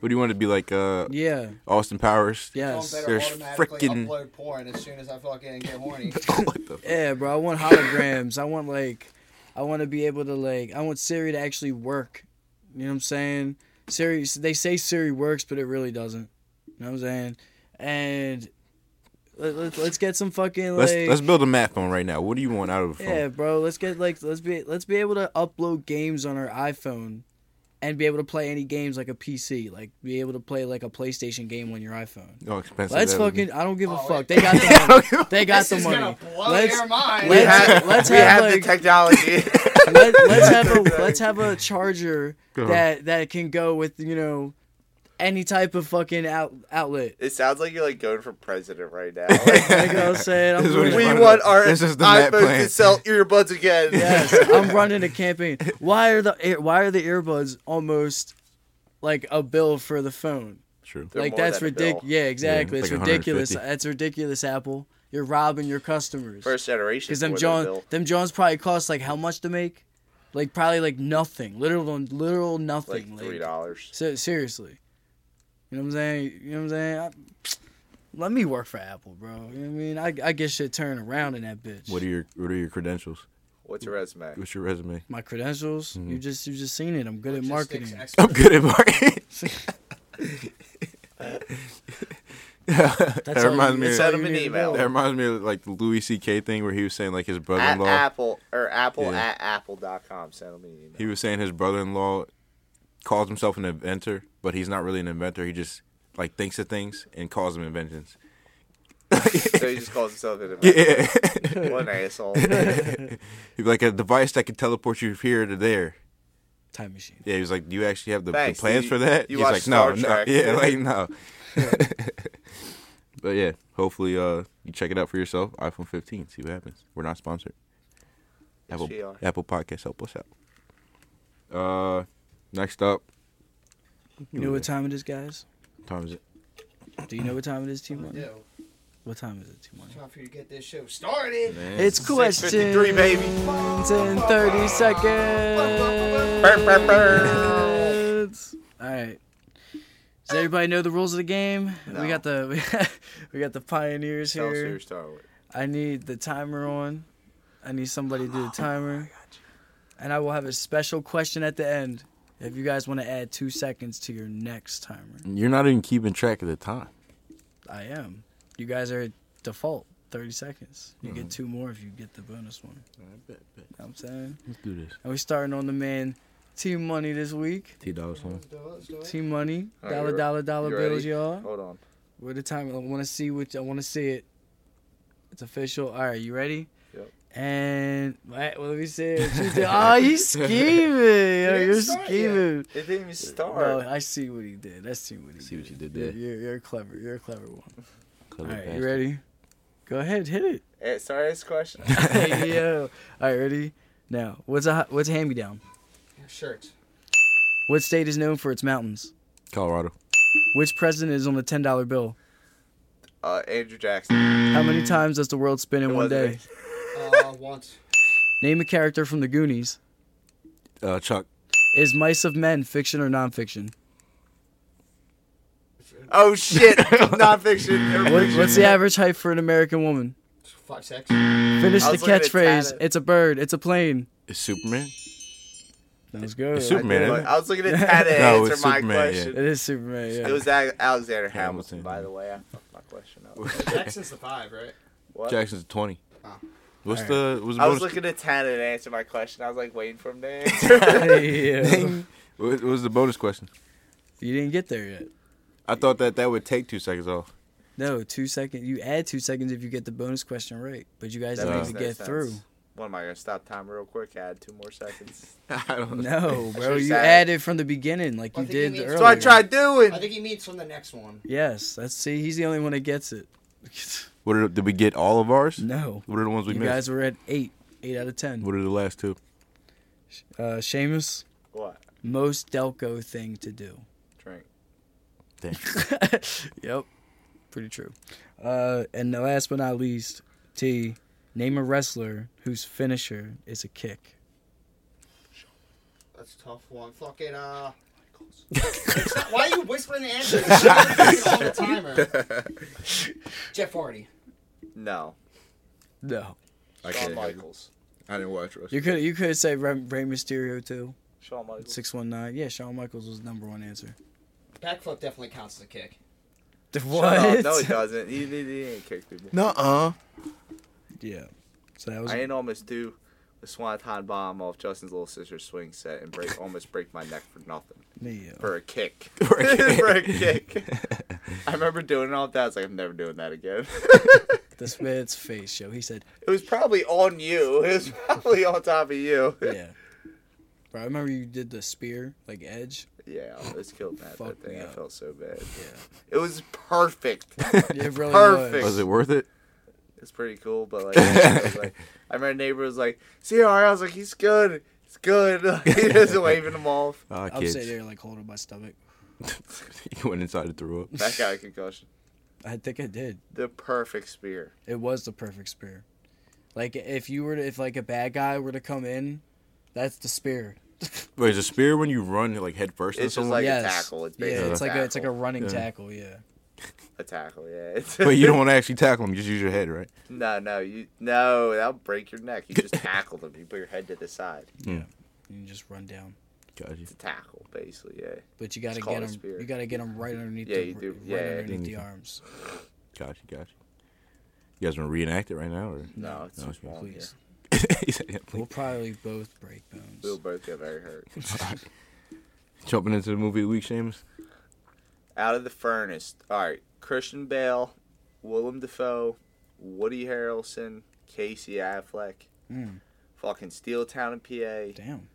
A: What do you want to be like? Uh,
C: Yeah.
A: Austin Powers.
C: Yes.
D: Phone better
A: There's
D: automatically
A: frickin-
D: upload porn as soon as I fucking get horny.
A: Oh, what the?
C: Yeah, bro. I want holograms. I want like, I want to be able to like, I want Siri to actually work. You know what I'm saying? Siri. They say Siri works, but it really doesn't. You know what I'm saying? And let, let, let's get some fucking like.
A: Let's let's build a map phone right now. What do you want out of a phone?
C: yeah, bro. Let's get like let's be let's be able to upload games on our iPhone, and be able to play any games like a PC. Like be able to play like a PlayStation game on your iPhone.
A: Oh, expensive.
C: Let's
A: that would be.
C: fucking. I don't give a
D: Oh,
C: fuck.
D: wait.
C: They got the, they got
D: this
C: the
D: is
C: money.
D: gonna blow
C: Let's-
D: your mind.
B: We
C: let's-
B: have,
C: let's
B: we
C: have,
B: have
C: like-
B: the technology.
C: Let, let's have a let's have a charger
A: Go.
C: that that can go with you know any type of fucking out, outlet.
B: It sounds like you're like going for president right now.
C: Like I was saying, I'm
A: This is what
C: running,
A: he's
B: we
A: Running
B: want
A: up.
B: our
A: This is the
B: iPhones
A: map
B: to
A: plan.
B: sell earbuds again.
C: yes, I'm running a campaign. Why are the ear- why are the earbuds almost like a bill for the phone?
A: True.
B: They're
C: like
B: more
C: that's
B: than a bill.
C: ridiculous. Yeah, exactly.
A: Yeah,
C: it's
A: like
C: ridiculous.
A: 150.
C: That's ridiculous. Apple, you're robbing your customers.
B: First generation.
C: Because them
B: more than a
C: John,
B: bill.
C: them Johns probably cost like how much to make? Like probably like nothing. Literal, literal nothing.
B: like three dollars.
C: Se- seriously. You know what I'm saying? You know what I'm saying? I, let me work for Apple, bro. You know what I mean? I, I get shit turned around in that bitch.
A: What are your What are your credentials?
B: What's your resume?
A: What's your resume?
C: My credentials?
A: Mm-hmm.
C: You just you just seen it. I'm good at marketing.
D: Logistics
A: I'm
D: expert.
A: good at marketing.
C: That's
A: that
C: all
A: reminds
C: you-
A: me.
C: that's
A: Of,
B: Send him
C: all you
B: an
C: need to
B: email.
C: know.
A: that reminds me of like the Louis C.K. thing where he was saying like his
B: At
A: brother-in-law.
B: Apple or Apple
A: Yeah.
B: at Apple.com. Send them an email.
A: He was saying his brother-in-law calls himself an inventor, but he's not really an inventor. He just like thinks of things and calls them inventions.
B: so he just calls himself an
A: Yeah,
B: What an asshole.
A: he'd be like a device that could teleport you here to there.
C: Time machine.
A: Yeah, he was like, "Do you actually have the, the
B: Thanks,
A: plans
B: you-
A: for that?"
B: you
A: He's
B: watch
A: like,
B: Star
A: "No,
B: Trek."
A: no, yeah, like no." but yeah, hopefully, uh, you check it out for yourself. iPhone 15, see what happens. We're not sponsored.
B: Yes,
A: Apple
B: we are.
A: Apple Podcasts help us out. Uh, next up,
C: You know what time it is, guys?
A: time is it?
C: Do you know what time it is, T Money?
D: Yo,
C: What time is it, T Money?
D: time for you to get this show started.
C: It's question
B: 53, baby.
C: in 30 seconds.
B: Burr, burr, burr.
C: All right. Does everybody know the rules of the game? We
B: No.
C: got the we got the pioneers
B: Tell us who
C: here.
B: you're starting with.
C: I need the timer on. I need somebody to do the timer. And I will have a special question at the end if you guys want to add two seconds to your next timer.
A: You're not even keeping track of the time.
C: I am. You guys are default thirty seconds. You
B: Mm-hmm.
C: get two more if you get the bonus one. You know what I'm saying.
A: Let's do this.
C: And we starting on the man, T Money this week.
A: T dollar song.
D: Let's do it, let's do it.
C: T Money,
B: All right,
C: dollar,
B: Oh, you're-
C: dollar, dollar
B: you
C: bills,
B: ready?
C: y'all.
B: Hold on.
C: Where the time? I want to see which. I want to see it. It's official. All right, you ready?
B: Yep.
C: And wait, well, let me see it. She did- Oh, he's scheming. Yo,
D: didn't
C: you're
D: start yet.
C: scheming.
B: It didn't even
C: No,
B: start.
C: I see what he did. I see what he
A: See
C: did.
A: what you did
C: You're-
A: there.
C: You're, you're clever. You're a clever one.
A: Clever
C: All right, you
A: bastard.
C: ready? Go ahead, hit it.
B: Eh, sorry, this question.
C: Hey, yo. All right, ready? Now, what's a hi- what's hand me down?
D: Your shirt.
C: What state is known for its mountains?
A: Colorado.
C: Which president is on the ten dollar bill?
B: Uh, Andrew Jackson.
C: How many times does the world spin in
B: It
C: one
B: wasn't
C: day?
B: me.
D: Uh, once.
C: Name a character from the Goonies.
A: Uh, Chuck.
C: Is Mice of Men fiction or nonfiction?
B: Oh shit! Nonfiction. or
C: What,
B: fiction.
C: what's the average height for an American woman?
D: Five, six.
C: Finish
B: I
C: the
B: was looking at
C: catchphrase.
B: Tata.
C: It's a bird. It's a plane.
A: Is Superman?
C: That was good.
A: It's
B: I did
A: Superman.
B: look-
A: isn't
B: I was looking at Tad
A: No,
B: to answer
A: it's
B: my
A: Superman, yeah.
B: question.
C: It is Superman. Yeah.
B: It was A- Alexander
A: Hamilton.
B: Hamilton, by the way. I fucked my question up.
D: Jackson's the five, right?
A: it?
B: What?
A: Jackson's twenty.
D: Oh.
A: What's
C: All
A: the what's the
B: I was
A: bonus?
B: looking at Tanner to answer my question. I was like waiting for him to answer.
C: Yeah.
A: what what was the bonus question?
C: You didn't get there yet.
A: I thought that that would take two seconds off.
C: No, two seconds. You add two seconds if you get the bonus question right, but you guys
B: That
C: need
B: makes
C: to
B: no
C: get
B: sense.
C: through.
B: What am I gonna stop time real quick? Add two more seconds.
A: I don't
C: No, bro.
B: should've
C: You
B: said it.
C: added from the beginning, like
D: I
C: you
D: think he
C: did
D: means-
C: earlier.
D: So
B: So I tried doing.
D: I think he means from the next one.
C: Yes. That's see. He's the only one that gets it.
A: What are, did we get all of ours?
C: no.
A: What are the ones we
C: You
A: missed?
C: guys were at eight. Eight out of ten.
A: what are the last two?
C: Uh, Seamus,
B: What?
C: most Delco thing to do.
B: Drink.
C: yep. Pretty true. Uh, and the last but not least, T, name a wrestler whose finisher is a kick.
D: That's a tough one. Fucking, uh. Why are you whispering the answer? It's on the timer. Jeff Hardy.
B: No.
C: No.
A: I
B: Shawn Michaels.
A: I didn't watch wrestling.
C: You could you could say Rey, Rey Mysterio too.
B: Shawn Michaels.
C: Six one nine. Yeah, Shawn Michaels was the number one answer.
D: Backflip definitely counts as a kick.
B: Shut
C: What?
B: up. No, he doesn't. He, he, he ain't kick people.
A: Nuh uh.
C: yeah. So that was
B: I ain't almost do the swanton bomb off Justin's little sister's swing set and break almost break my neck for nothing
C: me. yeah.
B: for a kick.
A: For a kick.
B: For a kick. I remember doing it all that. I was like, I'm never doing that again.
C: This man's face, yo. He said,
B: it was probably on you. It was probably on top of you.
C: "Yeah." Bro, I remember you did the spear, like edge.
B: Yeah, I almost killed that, that
C: Fucked me
B: thing. I
C: up.
B: felt so bad. It
C: Yeah.
B: was perfect.
C: It really
B: Perfect.
C: was.
A: Was it worth it?
B: it's pretty cool, but like, I was like I remember a neighbor was like, see how I was like, he's good. He's good. he was waving him off.
A: Ah,
C: I'm sitting
A: kids.
C: there like holding my stomach.
A: you went inside and threw up.
B: That got a concussion.
C: I think I did.
B: The perfect spear.
C: It was the perfect spear. Like if you were to, if like a bad guy were to come in, that's the spear.
A: Wait, is a spear when you run like head first into
B: It's just
A: someone?
B: like
C: Yes.
B: a tackle. It's
C: yeah,
B: basically
C: it's
B: a
C: like
B: tackle.
C: a it's like a running
A: Yeah.
C: tackle. Yeah.
B: a tackle. Yeah. It's,
A: But you don't want to actually tackle him. Just use your head, right?
B: No, no, you no. That'll break your neck. You just tackled him. You put your head to the side.
C: You can just run down,
A: Got you.
B: It's a tackle, basically. Yeah.
C: but you gotta
B: It's called
C: get
B: a
C: them.
B: spear.
C: You gotta get them right underneath.
B: Yeah,
C: the,
B: you do.
C: Right
B: Yeah, yeah.
C: underneath the
A: Mhm.
C: arms.
A: Got you. Got you. You guys want to reenact it right now? Or?
B: No, it's just
A: Okay.
B: wrong. yeah.
C: Please.
A: He said, yeah, please.
C: We'll probably both break bones.
B: We'll both get very hurt.
A: Jumping into the movie of the week, Seamus.
B: Out of the furnace. All right. Christian Bale, Willem Dafoe, Woody Harrelson, Casey Affleck,
C: Mm,
B: fucking Steel Town in PA,
C: damn.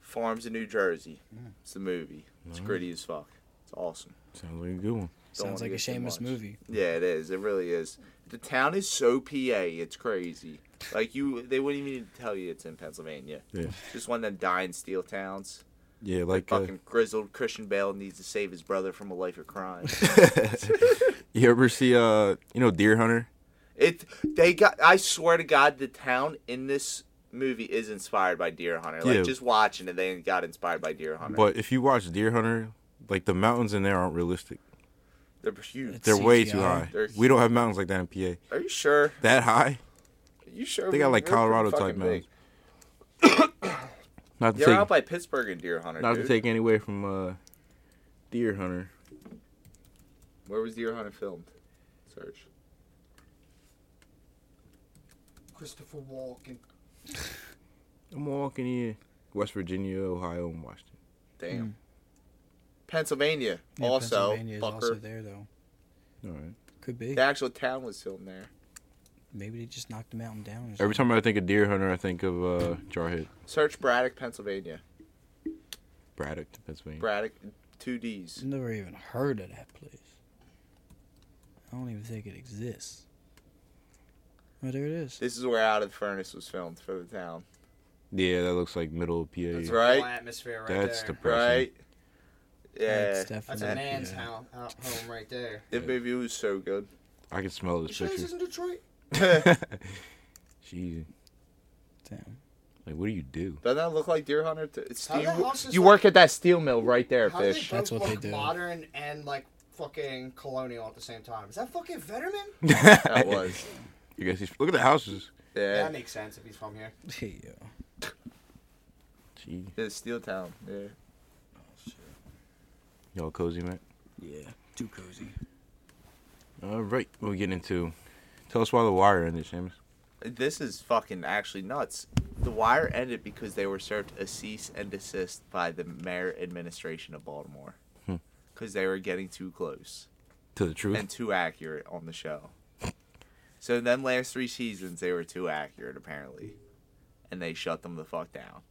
B: Farms in New Jersey. It's the movie. It's gritty as fuck. It's awesome.
A: Sounds like a good one.
B: Don't
C: Sounds
B: wanna
C: like a
B: get too
C: shameless
B: much.
C: movie.
B: Yeah, it is. It really is. The town is so PA, it's crazy. Like you, they wouldn't even tell you it's in Pennsylvania.
A: Yeah.
B: Just one of them dying steel towns.
A: Yeah, like uh,
B: Fucking grizzled Christian Bale needs to save his brother from a life of crime.
A: you ever see uh you know Deer Hunter?
B: it. They got. I swear to God, the town in this movie is inspired by Deer Hunter. Like
A: Yeah.
B: just watching it, they got inspired by Deer Hunter.
A: But if you watch Deer Hunter, like the mountains in there aren't realistic.
B: They're huge.
C: It's-
A: They're way too
C: CGI.
A: high.
B: They're-
A: we don't have mountains like that in PA.
B: Are you sure?
A: That high?
B: Are you sure?
A: They got,
B: We're-
A: like,
B: we're pretty
A: Colorado type
B: fucking big.
A: mountains. Not to
B: They're out
A: take
B: by Pittsburgh and Deer Hunter.
A: not
B: dude.
A: to take any away from uh Deer Hunter.
B: Where was Deer Hunter filmed? Search.
D: Christopher Walken.
A: I'm walking here. West Virginia, Ohio, and Washington. Hmm.
B: Damn. Pennsylvania
C: Yeah,
B: also.
C: Pennsylvania is
B: fucker.
C: also there though.
A: All right.
C: Could be.
B: The actual town was filmed there.
C: Maybe they just knocked the mountain down. Or something.
A: Every time I think of deer hunter, I think of uh, Jarhead.
B: Search Braddock, Pennsylvania.
A: Braddock, Pennsylvania.
B: Braddock, two D's.
C: never even heard of that place. I don't even think it exists. Oh, there it is.
B: This is where Out of the Furnace was filmed for the town.
A: yeah, that looks like middle of PA.
B: That's
D: Whole
B: right.
D: atmosphere right
A: That's
D: there.
A: the
B: Right. Yeah.
C: That's
D: That's
C: definitely.
D: a man's
C: yeah.
D: house, out home right there.
B: That movie was so good.
A: I can smell
D: You
A: this
D: sure this
A: picture.
D: isn't Detroit?
A: Jeez.
C: Damn.
A: Like, what do you do?
B: Does that look like Deer Hunter? T- It's
D: How the
B: you
D: hell's this
B: you
D: like-
B: work at that steel mill right there,
D: How do they
B: fish.
D: both
C: That's what
D: look
C: they do.
D: modern and like fucking colonial at the same time? Is that fucking Vetterman?
B: That was.
A: You guys, look at the houses.
B: Yeah.
D: That makes sense if he's from here.
C: Yeah.
A: Gee,
B: The steel town. Yeah.
A: y'all cozy, man.
C: Yeah. Too cozy.
A: All right, we'll get into. Tell us why the wire ended, Seamus.
B: This is fucking actually nuts. The wire ended because they were served a cease and desist by the mayor administration of Baltimore
A: Hmm.
B: because they were getting too close
A: To the truth.
B: and too accurate on the show. So then last three seasons they were too accurate apparently, and they shut them the fuck down.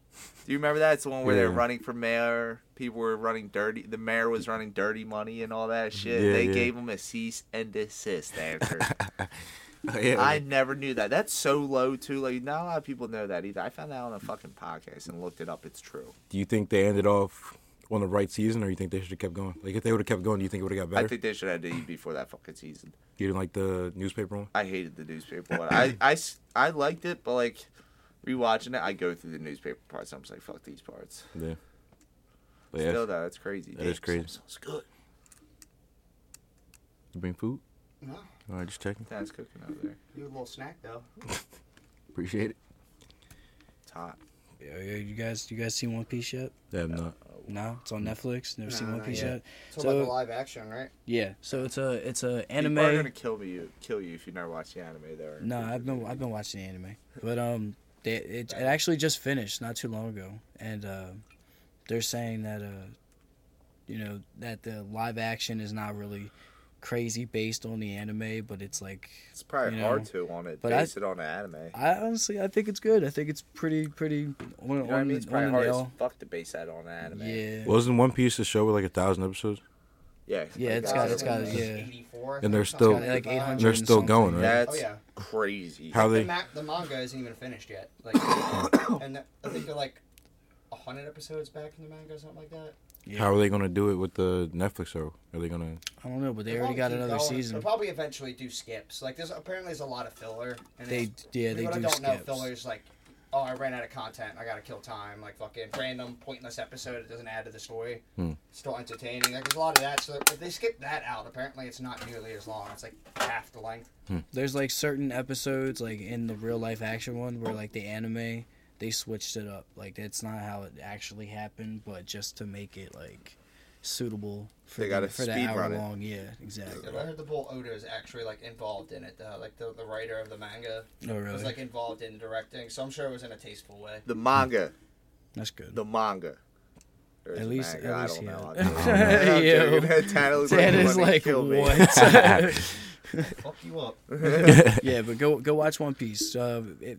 B: Do you remember that? It's the one where they're
A: Yeah.
B: running for mayor. People were running dirty. The mayor was running dirty money and all that shit.
A: Yeah,
B: they
A: yeah.
B: gave them a cease and desist answer.
A: Oh, yeah,
B: I
A: like,
B: never knew that. That's so low too. Like not a lot of people know that either. I found that on a fucking podcast and looked it up. It's true.
A: do you think they ended off on the right season, or you think they should have kept going? Like, if they would have kept going, do you think it would have got better?
B: I think they should have done it before that fucking season.
A: you didn't like the newspaper one.
B: I hated the newspaper one. I, I s- I liked it, but like rewatching it, I go through the newspaper parts. I'm just like, fuck these parts.
A: Yeah. But
B: Still
A: yeah,
B: though, that's crazy.
A: That is crazy.
B: It's good.
A: you bring food.
D: No,
A: All right, just checking.
B: That's cooking over there.
D: you a little snack though.
A: Appreciate it.
B: It's hot.
C: Yeah, yeah, you guys, you guys seen One Piece yet?
A: Yeah, I'm not.
C: No, it's on Netflix. Never seen
D: No,
C: One
D: not
C: Piece
D: yet.
C: yet.
D: It's so, about the
C: So
D: live action, right?
C: yeah, so it's a it's a
B: People
C: anime.
B: are gonna kill me. You kill you if you never watch the anime there.
C: No, I've been I've been watching the anime, but um, they, it it actually just finished not too long ago, and uh, they're saying that uh, you know that the live action is not really crazy based on the anime, but it's like
B: It's probably
C: you know,
B: hard to on it.
C: but I-
B: Base it on an anime. You
C: I honestly I think it's good. I think it's pretty pretty on
B: know what I
C: on,
B: mean?
C: the-
B: It's
C: on
B: probably
C: the
B: hard as
C: nail.
B: fuck to base that on an anime.
C: Yeah,
A: Wasn't One Piece a show with like a thousand episodes,
B: Yeah.
C: Yeah,
B: like
C: it's
B: that.
C: got- it's got- yeah.
D: 84,
A: And they're
D: something
A: still-
D: that.
C: like eight
D: Uh,
C: hundred.
A: They're still going, right?
B: That's
D: Oh, yeah.
B: crazy.
A: How
D: The,
A: they?
D: ma- the manga isn't even finished yet. Like, and the, I think they're like hundred episodes back in the manga or something like that.
A: How are they gonna do it with the Netflix show? Are they gonna?
C: I don't know, but they
D: They'll
C: already got
D: probably keep
C: another
D: going.
C: season.
D: They'll probably eventually do skips. Like, there's apparently there's a lot of filler. And
C: They
D: it's-
C: yeah they
D: people
C: do
D: don't know
C: skips.
D: fillers like. Oh, I ran out of content. I gotta kill time. Like fucking random, pointless episode. It doesn't add to the story.
A: Hmm.
D: Still entertaining. Like there's a lot of that. So if they skip that out, apparently it's not nearly as long. It's like half the length.
C: There's like certain episodes, like in the real life action one, where like the anime they switched it up. Like that's not how it actually happened, but just to make it like suitable for
B: They gotta
C: the, for the
B: speed
C: hour
B: run it.
C: long. Yeah, exactly.
D: Yeah, but I heard the Bull Oda is actually like involved in it. Uh, like the, the writer of the manga
C: Oh
D: was
C: really?
D: like involved in directing, so I'm sure it was in a tasteful way.
B: The manga.
C: that's good.
B: The manga. Or is
C: At
B: it
C: least-
B: manga?
C: at
B: I don't
C: least he
B: know.
C: had-
B: I'm joking.
C: Yo.
B: I'm joking. Tana was
C: Ted
B: like,
C: is
B: "Wanna
C: like
B: kill me."
C: what?
D: Fuck you up.
C: yeah, but go go watch One Piece. Uh, it,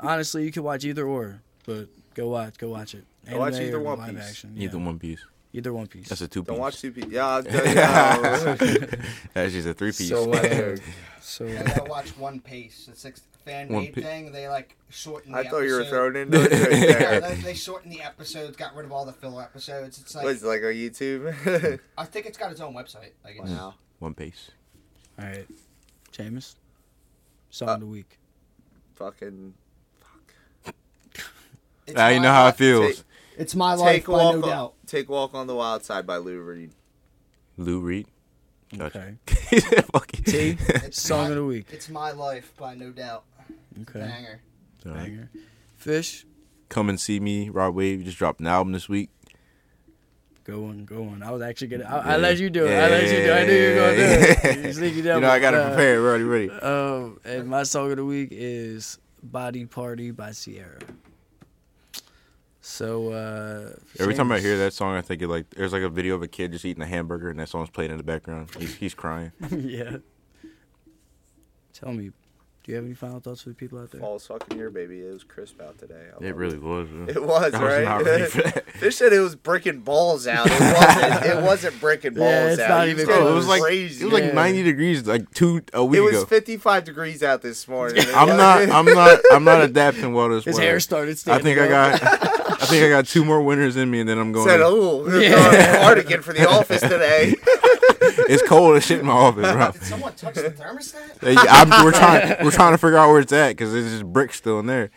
C: honestly, you can watch either or, but go watch go watch it.
B: Go watch
C: Anime
B: either
C: or
B: One
C: live
B: Piece.
C: Action. yeah.
A: Either One Piece.
C: Either One Piece.
A: That's a two.
B: Don't
A: piece.
B: watch two piece. Yeah, I'll tell you-
A: That's just a three piece.
C: so. Uh, so
D: I gotta watch One Piece. It's like a fan
A: One
D: made
A: Pi-
D: thing. They like shortened.
B: I
D: the
B: thought you were
D: episode.
B: thrown into it right there.
D: Yeah, they, they shortened the episodes, got rid of all the filler episodes. It's like
B: What is it, like on YouTube?
D: I think it's got its own website. Like it's,
B: wow.
A: One Piece.
C: all right, James. Song of the week.
B: Fucking
D: it's
A: Now you
D: my
A: know how
D: li-
A: it feels.
B: Take-
D: It's my life,
B: take
D: by
B: walk
D: no
B: on,
D: doubt.
B: take walk on the wild side by Lou Reed.
A: Lou Reed.
C: Okay.
A: Fuck it.
C: T.
D: It's
C: Song
D: my,
C: of the week.
D: It's my life, by no doubt.
C: Okay.
D: Banger.
A: Alright.
C: Banger. Fish.
A: Come and see me. Rod Wave just dropped an album this week.
C: Go on, go on. I was actually gonna. I, I let you do it. I let you do it. I knew you were gonna do it. You sneaky
A: You
C: devil.
A: know I gotta
C: Uh,
A: prepare. We're already ready.
C: Um, and my song of the week is "Body Party" by Sierra. So uh,
A: Every time I
C: Seamus-
A: hear that song, I think it like there's like a video of a kid just eating a hamburger, and that song's playing in the background. He's, he's crying.
C: yeah. Tell me, do you have any final thoughts for the people out there?
B: Falls fucking year, baby. It was crisp out today. I
A: It
B: love
A: really was.
B: It was
A: I was
B: right.
A: not ready for that.
B: they said it was breaking balls out. It wasn't. it wasn't breaking balls
C: Yeah, it's
B: out.
C: not
B: You
C: even
B: said
A: Bro, it was like
B: crazy.
A: it was like
C: Yeah.
A: 90 degrees like two a week
B: It was
A: ago.
B: 55 degrees out this morning.
A: I'm not. I'm not. I'm not adapting well to this
C: His
A: weather.
C: hair started
A: I
C: standing.
A: think I
C: up.
A: got. I think I got two more winters in me, and then I'm going.
B: Said, "Oh,
C: Yeah.
B: yeah. cardigan for the office today."
A: it's cold as shit in my office, bro.
D: Did someone touch the thermostat?
A: Hey, I'm, we're trying. We're trying to figure out where it's at because there's just bricks still in there.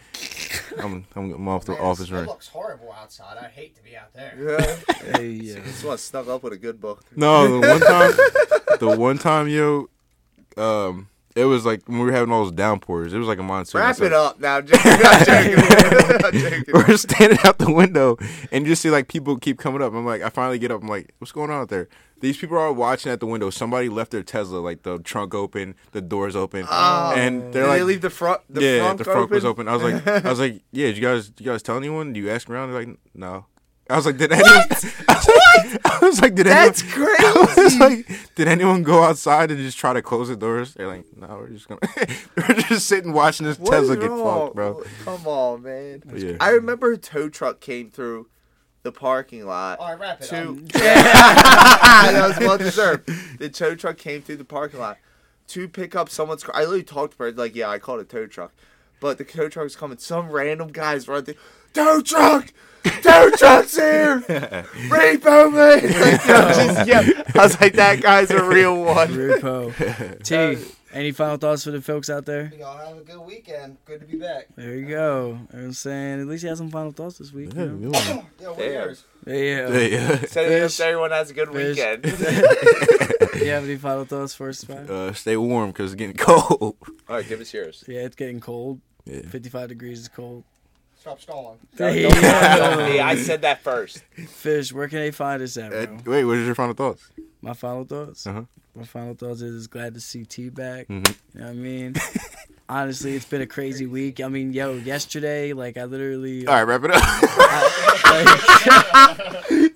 A: I'm. I'm, I'm off the
D: Man,
A: office
D: it
A: run.
D: looks horrible outside. I'd hate to be out there.
B: Yeah.
C: Hey, yeah.
B: Just want to snuggle up with a good book.
A: No, the one time, the one time, yo, um, it was like when we were having all those downpours. It was like a monsoon.
B: Wrap
A: So-
B: it up now. I'm joking. I'm joking. I'm joking.
A: We're standing out the window and you just see like people keep coming up. I'm like, I finally get up. I'm like, what's going on out there? These people are watching at the window. Somebody left their Tesla, like the trunk open, the doors open, and they're
B: Did
A: like,
B: they leave Oh, the front. The
A: yeah,
B: front
A: the front was open. I was like, I was like, yeah, did you guys, did you guys tell anyone? Do you ask around? They're like, no. I was like, did anyone? I was like, I was like, did
B: That's
A: anyone?
B: crazy.
A: I was like, did anyone go outside and just try to close the doors? They're like, no, we're just gonna, we're just sitting watching this
B: What
A: Tesla
B: is
A: get
B: wrong?
A: fucked, bro.
B: Come on, man.
A: Yeah.
B: I remember a tow truck came through the parking lot.
D: All right, wrap it
B: Two.
D: up.
B: that was well deserved. The tow truck came through the parking lot to pick up someone's car. I literally talked to her like, yeah, I called a tow truck, but the tow truck was coming. Some random guys run through. Tow truck. Tow truck's here! Repo man! Like, yo, just, yeah. I was like, that guy's a real one.
C: Repo. T. Any final thoughts for the folks out there?
D: Y'all have a good weekend. Good to be back.
C: There you go. You know what I'm saying, at least he had some final thoughts this week. you know?
D: Yo, what are
B: Damn.
D: yours?
C: Yeah.
A: Yeah.
B: Send it up
C: Fish.
B: to everyone has a good
C: Fish.
B: weekend.
C: You have any final thoughts for us, Spy?
A: Uh, stay warm because it's getting cold.
B: All right, give us yours.
C: Yeah, it's getting cold.
A: Yeah.
C: 55 degrees is cold.
D: Stop stalling.
B: No,
C: Hey,
B: don't do that
C: yo.
B: to me. I said that first.
C: Fish, where can they find us at, bro?
A: Uh, wait, what is your final thoughts?
C: My final thoughts.
A: Uh-huh.
C: My final thoughts is glad to see T back.
A: Mhm.
C: You know what I mean? Honestly, it's been a crazy week. I mean, yo, yesterday, like I literally,
A: All right, wrap it up.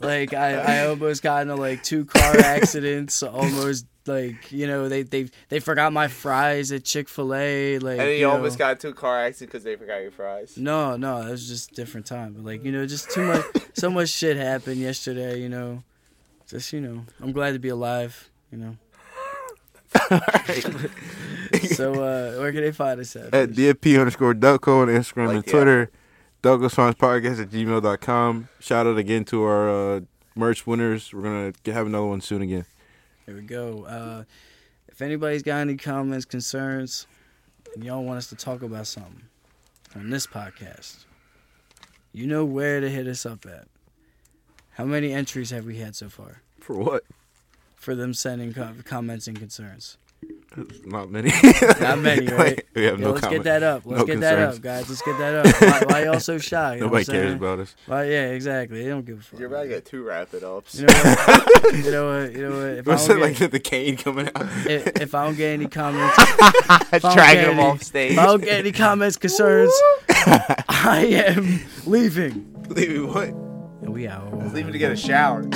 C: like I, I almost got into like two car accidents. almost like you know they they they forgot my fries at Chick Fil A. Like
B: And then you
C: know.
B: almost got into a car accident because they forgot your fries.
C: No, no, that was just a different time. But like, you know, just too much so much shit happened yesterday, you know. Just, you know, I'm glad to be alive, you know. so uh where can they find us at?
A: At DFP underscore Delco on Instagram
B: Like,
A: and
B: yeah.
A: Twitter. Delco Songs Podcast at gmail.com. Shout out again to our uh, merch winners. We're going to have another one soon again.
C: There we go. Uh if anybody's got any comments, concerns, and y'all want us to talk about something on this podcast, you know where to hit us up at. How many entries have we had so far
A: For what?
C: for them sending com- comments and concerns?
A: Not many.
C: Not many, right?
A: we have
C: Yo,
A: no
C: let's
A: comment.
C: get that up. Let's
A: No
C: get that
A: concerns.
C: up, guys. Let's get that up. Why, why y'all so shy? You know what
A: Nobody
C: I'm saying?
A: cares about us.
C: Why, yeah, exactly. They don't give a fuck.
B: You're about to get two wrap it ups.
C: You know what? you know what? You know what? If I
A: What's
C: don't
A: it
C: get,
A: like the, the cane coming out?
C: if, if I don't get any comments, if I don't get
B: Dragging him
C: any-
B: off stage.
C: If I don't get any comments, concerns, I am leaving.
A: Leave what?
C: And we out.
B: Leave him to get a shower.